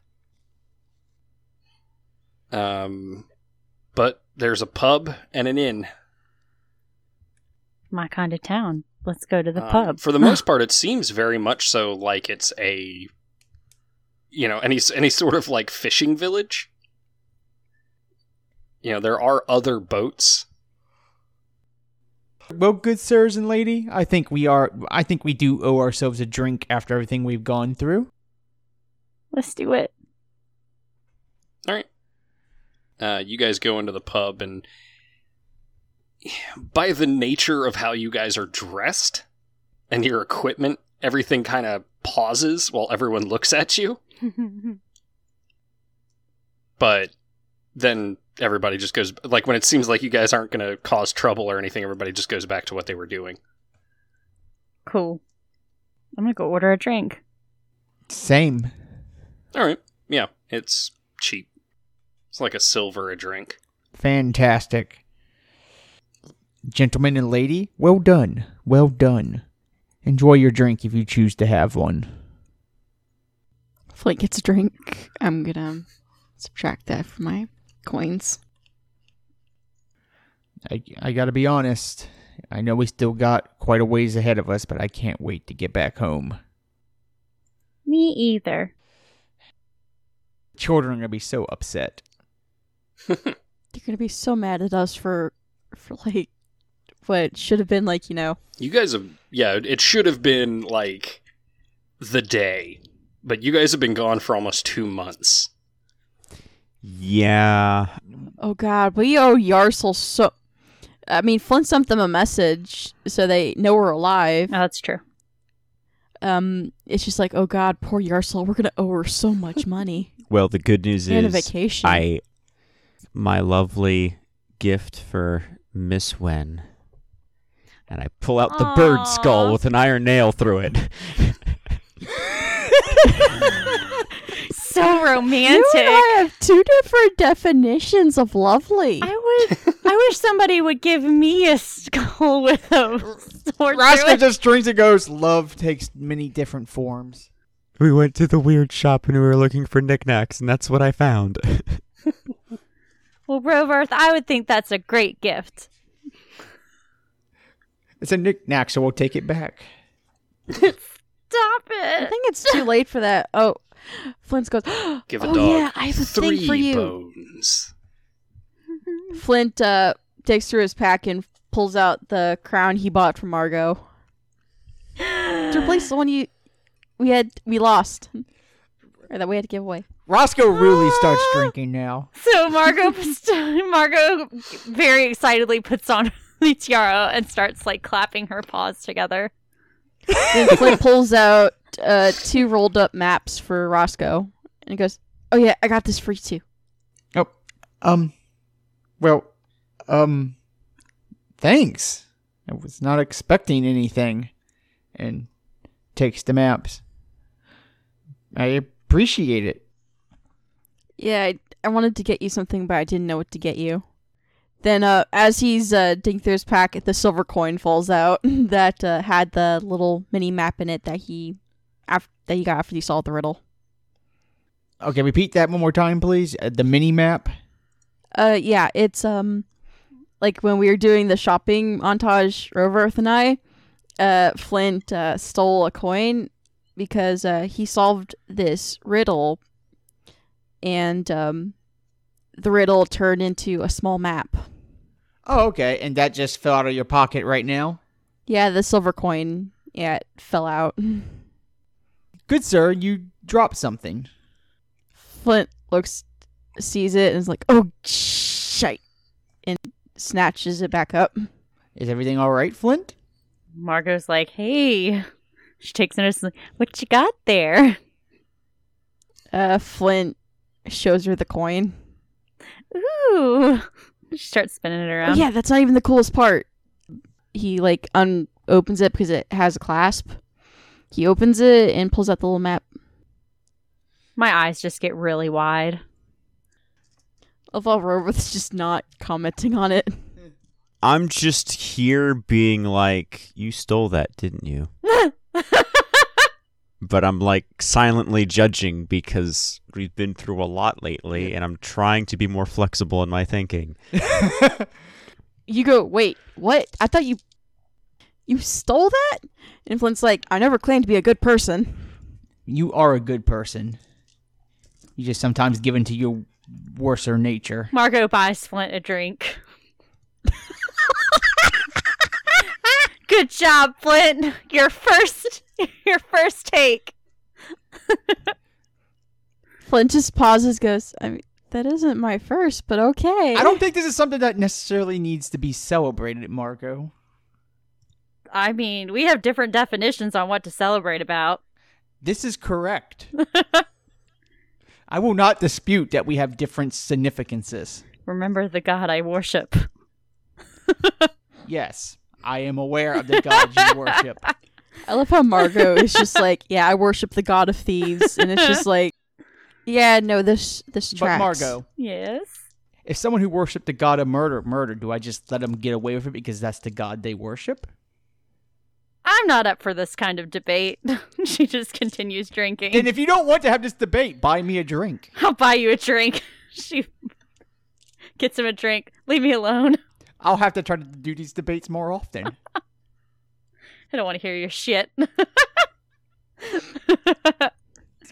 Um, but there's a pub and an inn. My kind of town. Let's go to the Um, pub. For the most part, it seems very much so like it's a, you know, any any sort of like fishing village. You know, there are other boats. Well, good sirs and lady, I think we are. I think we do owe ourselves a drink after everything we've gone through. Let's do it. All right, uh, you guys go into the pub, and by the nature of how you guys are dressed and your equipment, everything kind of pauses while everyone looks at you. but then everybody just goes like when it seems like you guys aren't going to cause trouble or anything everybody just goes back to what they were doing cool. I'm gonna go order a drink. Same. all right yeah it's cheap it's like a silver a drink Fantastic. Gentlemen and lady, well done. Well done. Enjoy your drink if you choose to have one. Flint gets a drink. I'm gonna um, subtract that from my coins. I, I gotta be honest. I know we still got quite a ways ahead of us, but I can't wait to get back home. Me either. Children are gonna be so upset. You're gonna be so mad at us for for like what should have been like, you know. you guys have yeah it- it should have been like the day but you guys have been gone for almost two months Yeah. Oh god, we owe Yarsel so I mean Flint sent them a message so they know we're alive. No, Oh, that's true. Um it's just like, oh god, poor Yarsel, we're gonna owe her so much money. Well, the good news and a is vacation. I my lovely gift for Miss Wen. And I pull out the bird skull Aw. with an iron nail through it. So you romantic. and I have two different definitions of lovely. I would. I wish somebody would give me a skull with a sword through Rascal it. just drinks and goes, Love takes many different forms. we went to the weird shop and we were looking for knickknacks, and that's what I found. Well, Rovarth, I would think that's a great gift. It's a knickknack, so we'll take it back. Stop I it. think it's too late for that. Oh, Flint goes. give a oh, dog Yeah, I have a three thing for you. bones Flint uh, takes through his pack and pulls out the crown he bought from Margot to replace the one you we had we lost or that we had to give away. Roscoe really starts drinking now. So Margot, Margot, very excitedly puts on the tiara and starts like clapping her paws together. Then Flint pulls out uh, two rolled up maps for Roscoe and he goes, Oh, yeah, I got this for you too. Oh, um, well, um, thanks. I was not expecting anything. And takes the maps. I appreciate it. Yeah, I, I wanted to get you something, but I didn't know what to get you. Then, uh, as he's uh, digging through his packet, the silver coin falls out that uh, had the little mini map in it that he af- that he got after he solved the riddle. Okay, Oh, repeat that one more time, please. Uh, the mini map. Uh, yeah, it's um, like when we were doing the shopping montage, Roverth and I, uh, Flint uh, stole a coin because uh, he solved this riddle, and um, the riddle turned into a small map. Oh, okay. And that just fell out of your pocket right now. Yeah, the silver coin. Yeah, it fell out. Good sir, you dropped something. Flint looks, sees it, and is like, "Oh shite!" and snatches it back up. Is everything all right, Flint? Margot's like, hey. She takes notice, like, what you got there? Uh, Flint shows her the coin. Ooh. She starts spinning it Oh, around. yeah, that's not even the coolest part. He like un opens it because it has a clasp. He opens it and pulls out the little map. My eyes just get really wide. Of all Robert's just not commenting on it. I'm just here being like, you stole that, didn't you? But I'm like silently judging because we've been through a lot lately and I'm trying to be more flexible in my thinking. You go, wait, what? I thought you you stole that. And Flint's like, I never claimed to be a good person. You are a good person. You just sometimes give into your worser nature. Margot buys Flint a drink. Good job, Flint. Your first your first take. Flint just pauses, goes, I mean, that isn't my first, but okay. I don't think this is something that necessarily needs to be celebrated, Margot. I mean, we have different definitions on what to celebrate about. This is correct. I will not dispute that we have different significances. Remember the god I worship. Yes, I am aware of the god you worship. I love how Margot is just like, yeah, I worship the god of thieves, and it's just like, yeah, no, this this But tracks. Margot, Yes. if someone who worshipped the god of murder murder, do I just let them get away with it because that's the god they worship? I'm not up for this kind of debate. she just continues drinking. And if you don't want to have this debate, buy me a drink. I'll buy you a drink. she gets him a drink. Leave me alone. I'll have to try to do these debates more often. I don't want to hear your shit.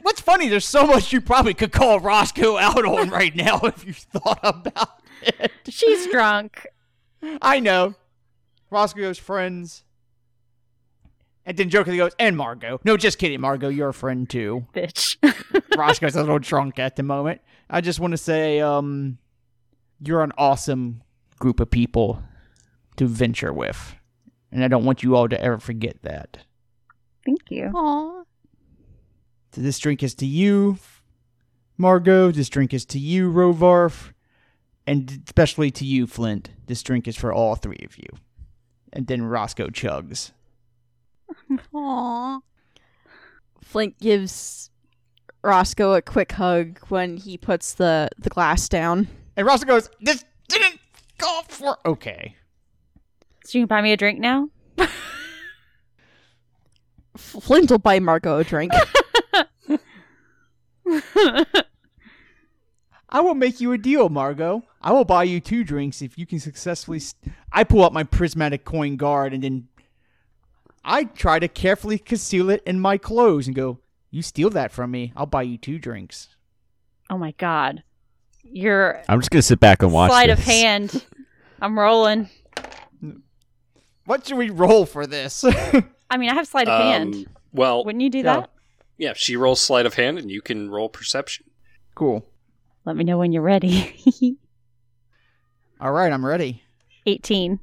What's funny, there's so much you probably could call Roscoe out on right now if you thought about it. She's drunk. I know. Roscoe's friends. And then jokingly goes, and Margot. No, just kidding, Margot. You're a friend too. Bitch. Roscoe's a little drunk at the moment. I just want to say, um, you're an awesome group of people to venture with. And I don't want you all to ever forget that. Thank you. Aw. So this drink is to you, Margot. This drink is to you, Rovarf. And especially to you, Flint. This drink is for all three of you. And then Roscoe chugs. Aw. Flint gives Roscoe a quick hug when he puts the the glass down. And Roscoe goes, This didn't go for. Okay. So you can buy me a drink now? F- Flint will buy Margot a drink. Oh I will make you a deal, Margot. I will buy you two drinks if you can successfully. St- I pull out my prismatic coin guard and then I try to carefully conceal it in my clothes and go, You steal that from me. I'll buy you two drinks. Oh my god. You're I'm just going to sit back and watch sleight this. of hand. I'm rolling. What should we roll for this? I mean, I have sleight of hand. Um, well, Wouldn't you do yeah. that? yeah, she rolls sleight of hand and you can roll perception. cool. Let me know when you're ready. All right, I'm ready. 18.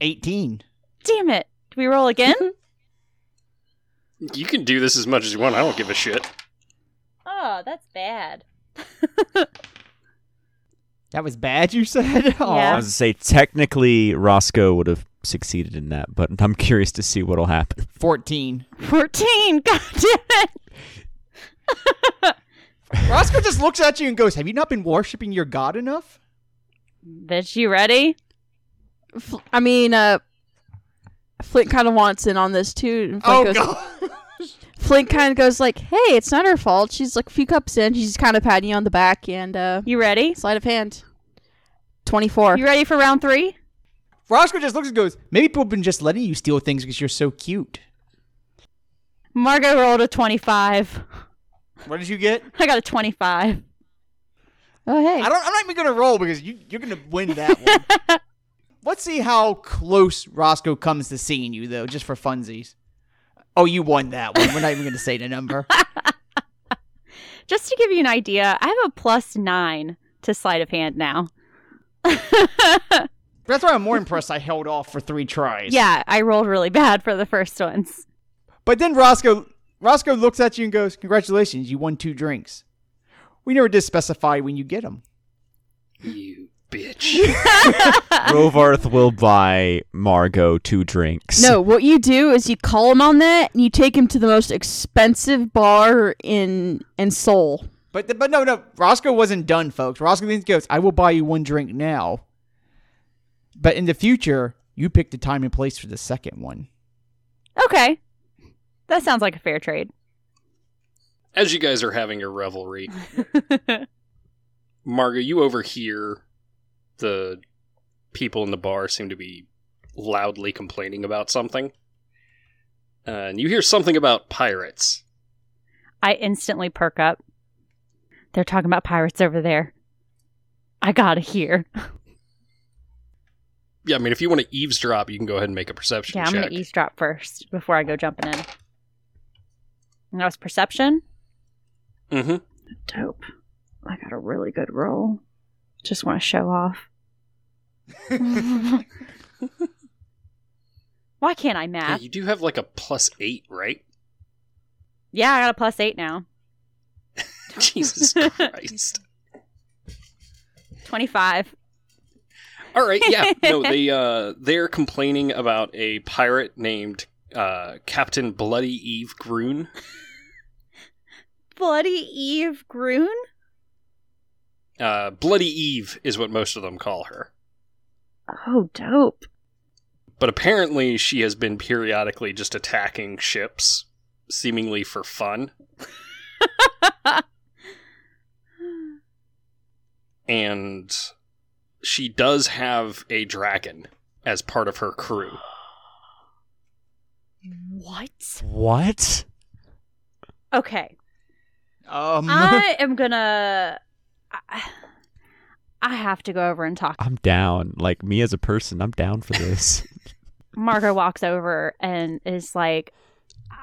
18. Damn it. Do we roll again? You can do this as much as you want. I don't give a shit. Oh, that's bad. That was bad, you said? Aw. Yeah. I was to say technically Roscoe would have succeeded in that, but I'm curious to see what'll happen. 14. 14. God damn it. Roscoe just looks at you and goes, Have you not been worshipping your god enough? Is she ready? Fl- I mean, uh, Flint kind of wants in on this too. And Flint Oh, goes, God. Flint kind of goes like, "Hey, it's not her fault. She's like a few cups in. She's kind of patting you on the back and uh, You ready? sleight of hand. Twenty-four. You ready for round three? Roscoe just looks and goes, Maybe people have been just letting you steal things because you're so cute. Margot rolled a 25. What did you get? I got a 25. oh hey, I don't, I'm not even going to roll because you, you're going to win that one. Let's see how close Roscoe comes to seeing you, though, just for funsies. Oh, you won that one. We're not even going to say the number. Just to give you an idea, I have a plus nine to sleight of hand now. That's why I'm more impressed I held off for three tries. Yeah, I rolled really bad for the first ones. But then Roscoe Roscoe looks at you and goes, "Congratulations, you won two drinks." We never did specify when you get them. You bitch. Rovarth will buy Margot two drinks. No, what you do is you call him on that and you take him to the most expensive bar in in Seoul. But the, but no no, Roscoe wasn't done, folks. Roscoe then goes, "I will buy you one drink now." But in the future, you pick the time and place for the second one. Okay. That sounds like a fair trade. As you guys are having your revelry, Margo, you overhear the people in the bar seem to be loudly complaining about something. Uh, and you hear something about pirates. I instantly perk up. They're talking about pirates over there. I gotta hear. Yeah, I mean, if you want to eavesdrop, you can go ahead and make a perception Yeah, I'm check. gonna eavesdrop first before I go jumping in. And that was perception. mm-hmm. Dope. I got a really good roll. Just want to show off. Why can't I Yeah, math? you do have like a plus eight, right? Yeah, I got a plus eight now. Jesus Christ. 25. All right, yeah. No, they uh they're complaining about a pirate named uh Captain Bloody Eve Groon. Bloody Eve Groon? Uh Bloody Eve is what most of them call her. Oh, dope. But apparently she has been periodically just attacking ships seemingly for fun. and she does have a dragon as part of her crew. What? What? Okay. Um, I am gonna. I, I have to go over and talk. I'm down. Like me as a person, I'm down for this. Margot walks over and is like,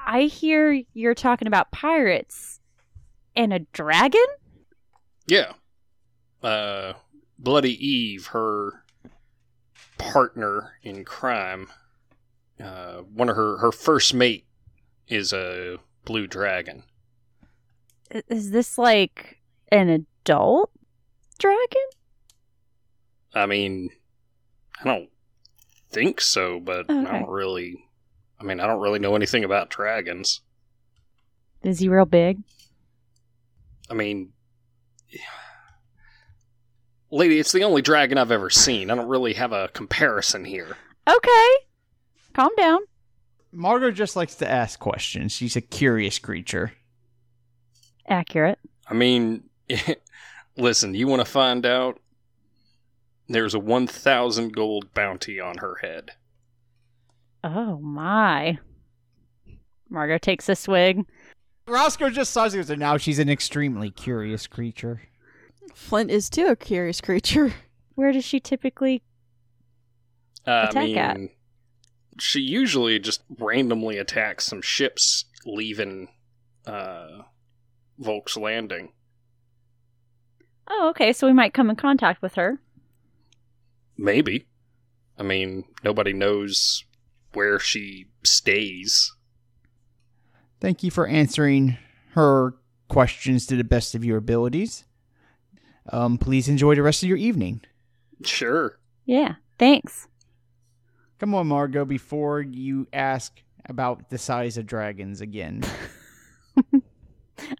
I hear you're talking about pirates and a dragon? Yeah. Uh, Bloody Eve, her partner in crime, uh, one of her her first mate is a blue dragon. I- Is this like an adult dragon? I mean, I don't think so, but I Okay. don't really. I mean, I don't really know anything about dragons. Is he real big? I mean, lady, it's the only dragon I've ever seen. I don't really have a comparison here. Okay. Calm down. Margot just likes to ask questions. She's a curious creature. Accurate. I mean, listen, you want to find out? There's a 1,000 gold bounty on her head. Oh my. Margot takes a swig. Roscoe just sighs and goes, "And "Now she's an extremely curious creature." Flint is too a curious creature. Where does she typically Uh, I Attack mean, at. she usually just randomly attacks some ships leaving uh, Volk's Landing. Oh, okay. So we might come in contact with her. Maybe. I mean, nobody knows where she stays. Thank you for answering her questions to the best of your abilities. Um, please enjoy the rest of your evening. Sure. Yeah. Thanks. Come on, Margot, before you ask about the size of dragons again. I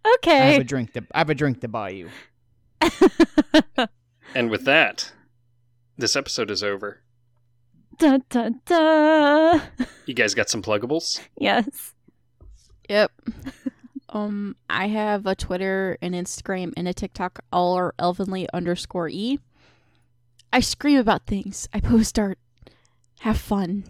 have Okay. a drink to I have a drink to buy you. And with that, this episode is over. dun, dun, dun. You guys got some pluggables? Yes. Yep. um, I have a Twitter, an Instagram, and a TikTok, all are elvenly underscore e. I scream about things. I post art. Have fun.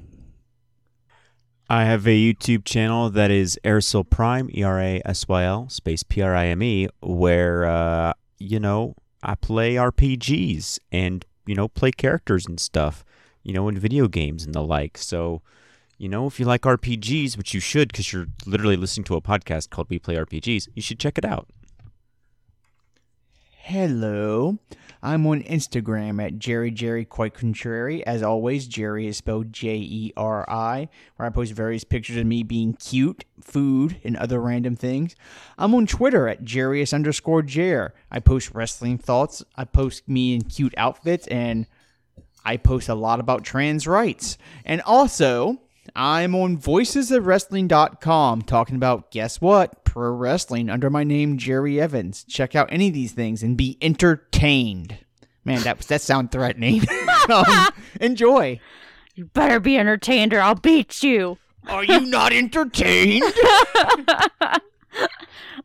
I have a YouTube channel that is Airsil Prime, E R A S Y L, space P R I M E, where, uh, you know, I play RPGs and, you know, play characters and stuff, you know, in video games and the like. So, you know, if you like RPGs, which you should because you're literally listening to a podcast called We Play RPGs, you should check it out. Hello. I'm on Instagram at Jerry Jerry Quite Contrary. As always, Jerry is spelled J E R I, where I post various pictures of me being cute, food, and other random things. I'm on Twitter at Jarius underscore Jer. I post wrestling thoughts. I post me in cute outfits, and I post a lot about trans rights. And also, I'm on voicesofwrestling.com talking about guess what? Pro wrestling under my name Jerry Evans. Check out any of these things and be entertained. Man, that that sound threatening. Um, enjoy. You better be entertained or I'll beat you. Are you not entertained?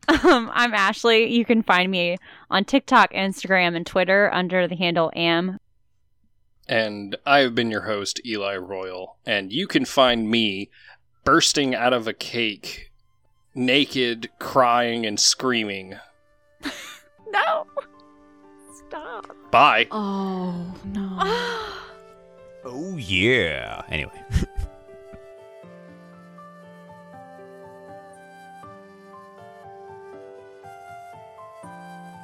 um, I'm Ashley. You can find me on TikTok, Instagram, and Twitter under the handle am. And I have been your host, Eli Royal, and you can find me bursting out of a cake, naked, crying, and screaming. No. Stop. Bye. Oh no. Oh, yeah. Anyway.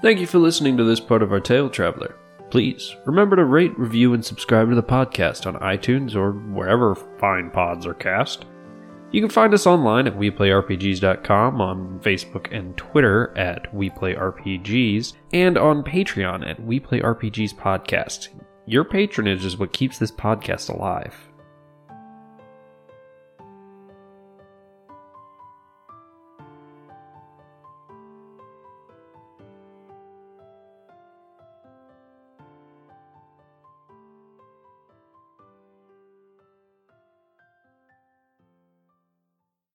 Thank you for listening to this part of our Tale Traveler. Please remember to rate, review, and subscribe to the podcast on iTunes or wherever fine pods are cast. You can find us online at weplayrpgs.com, on Facebook and Twitter at weplayrpgs, and on Patreon at weplayrpgs podcast. Your patronage is what keeps this podcast alive.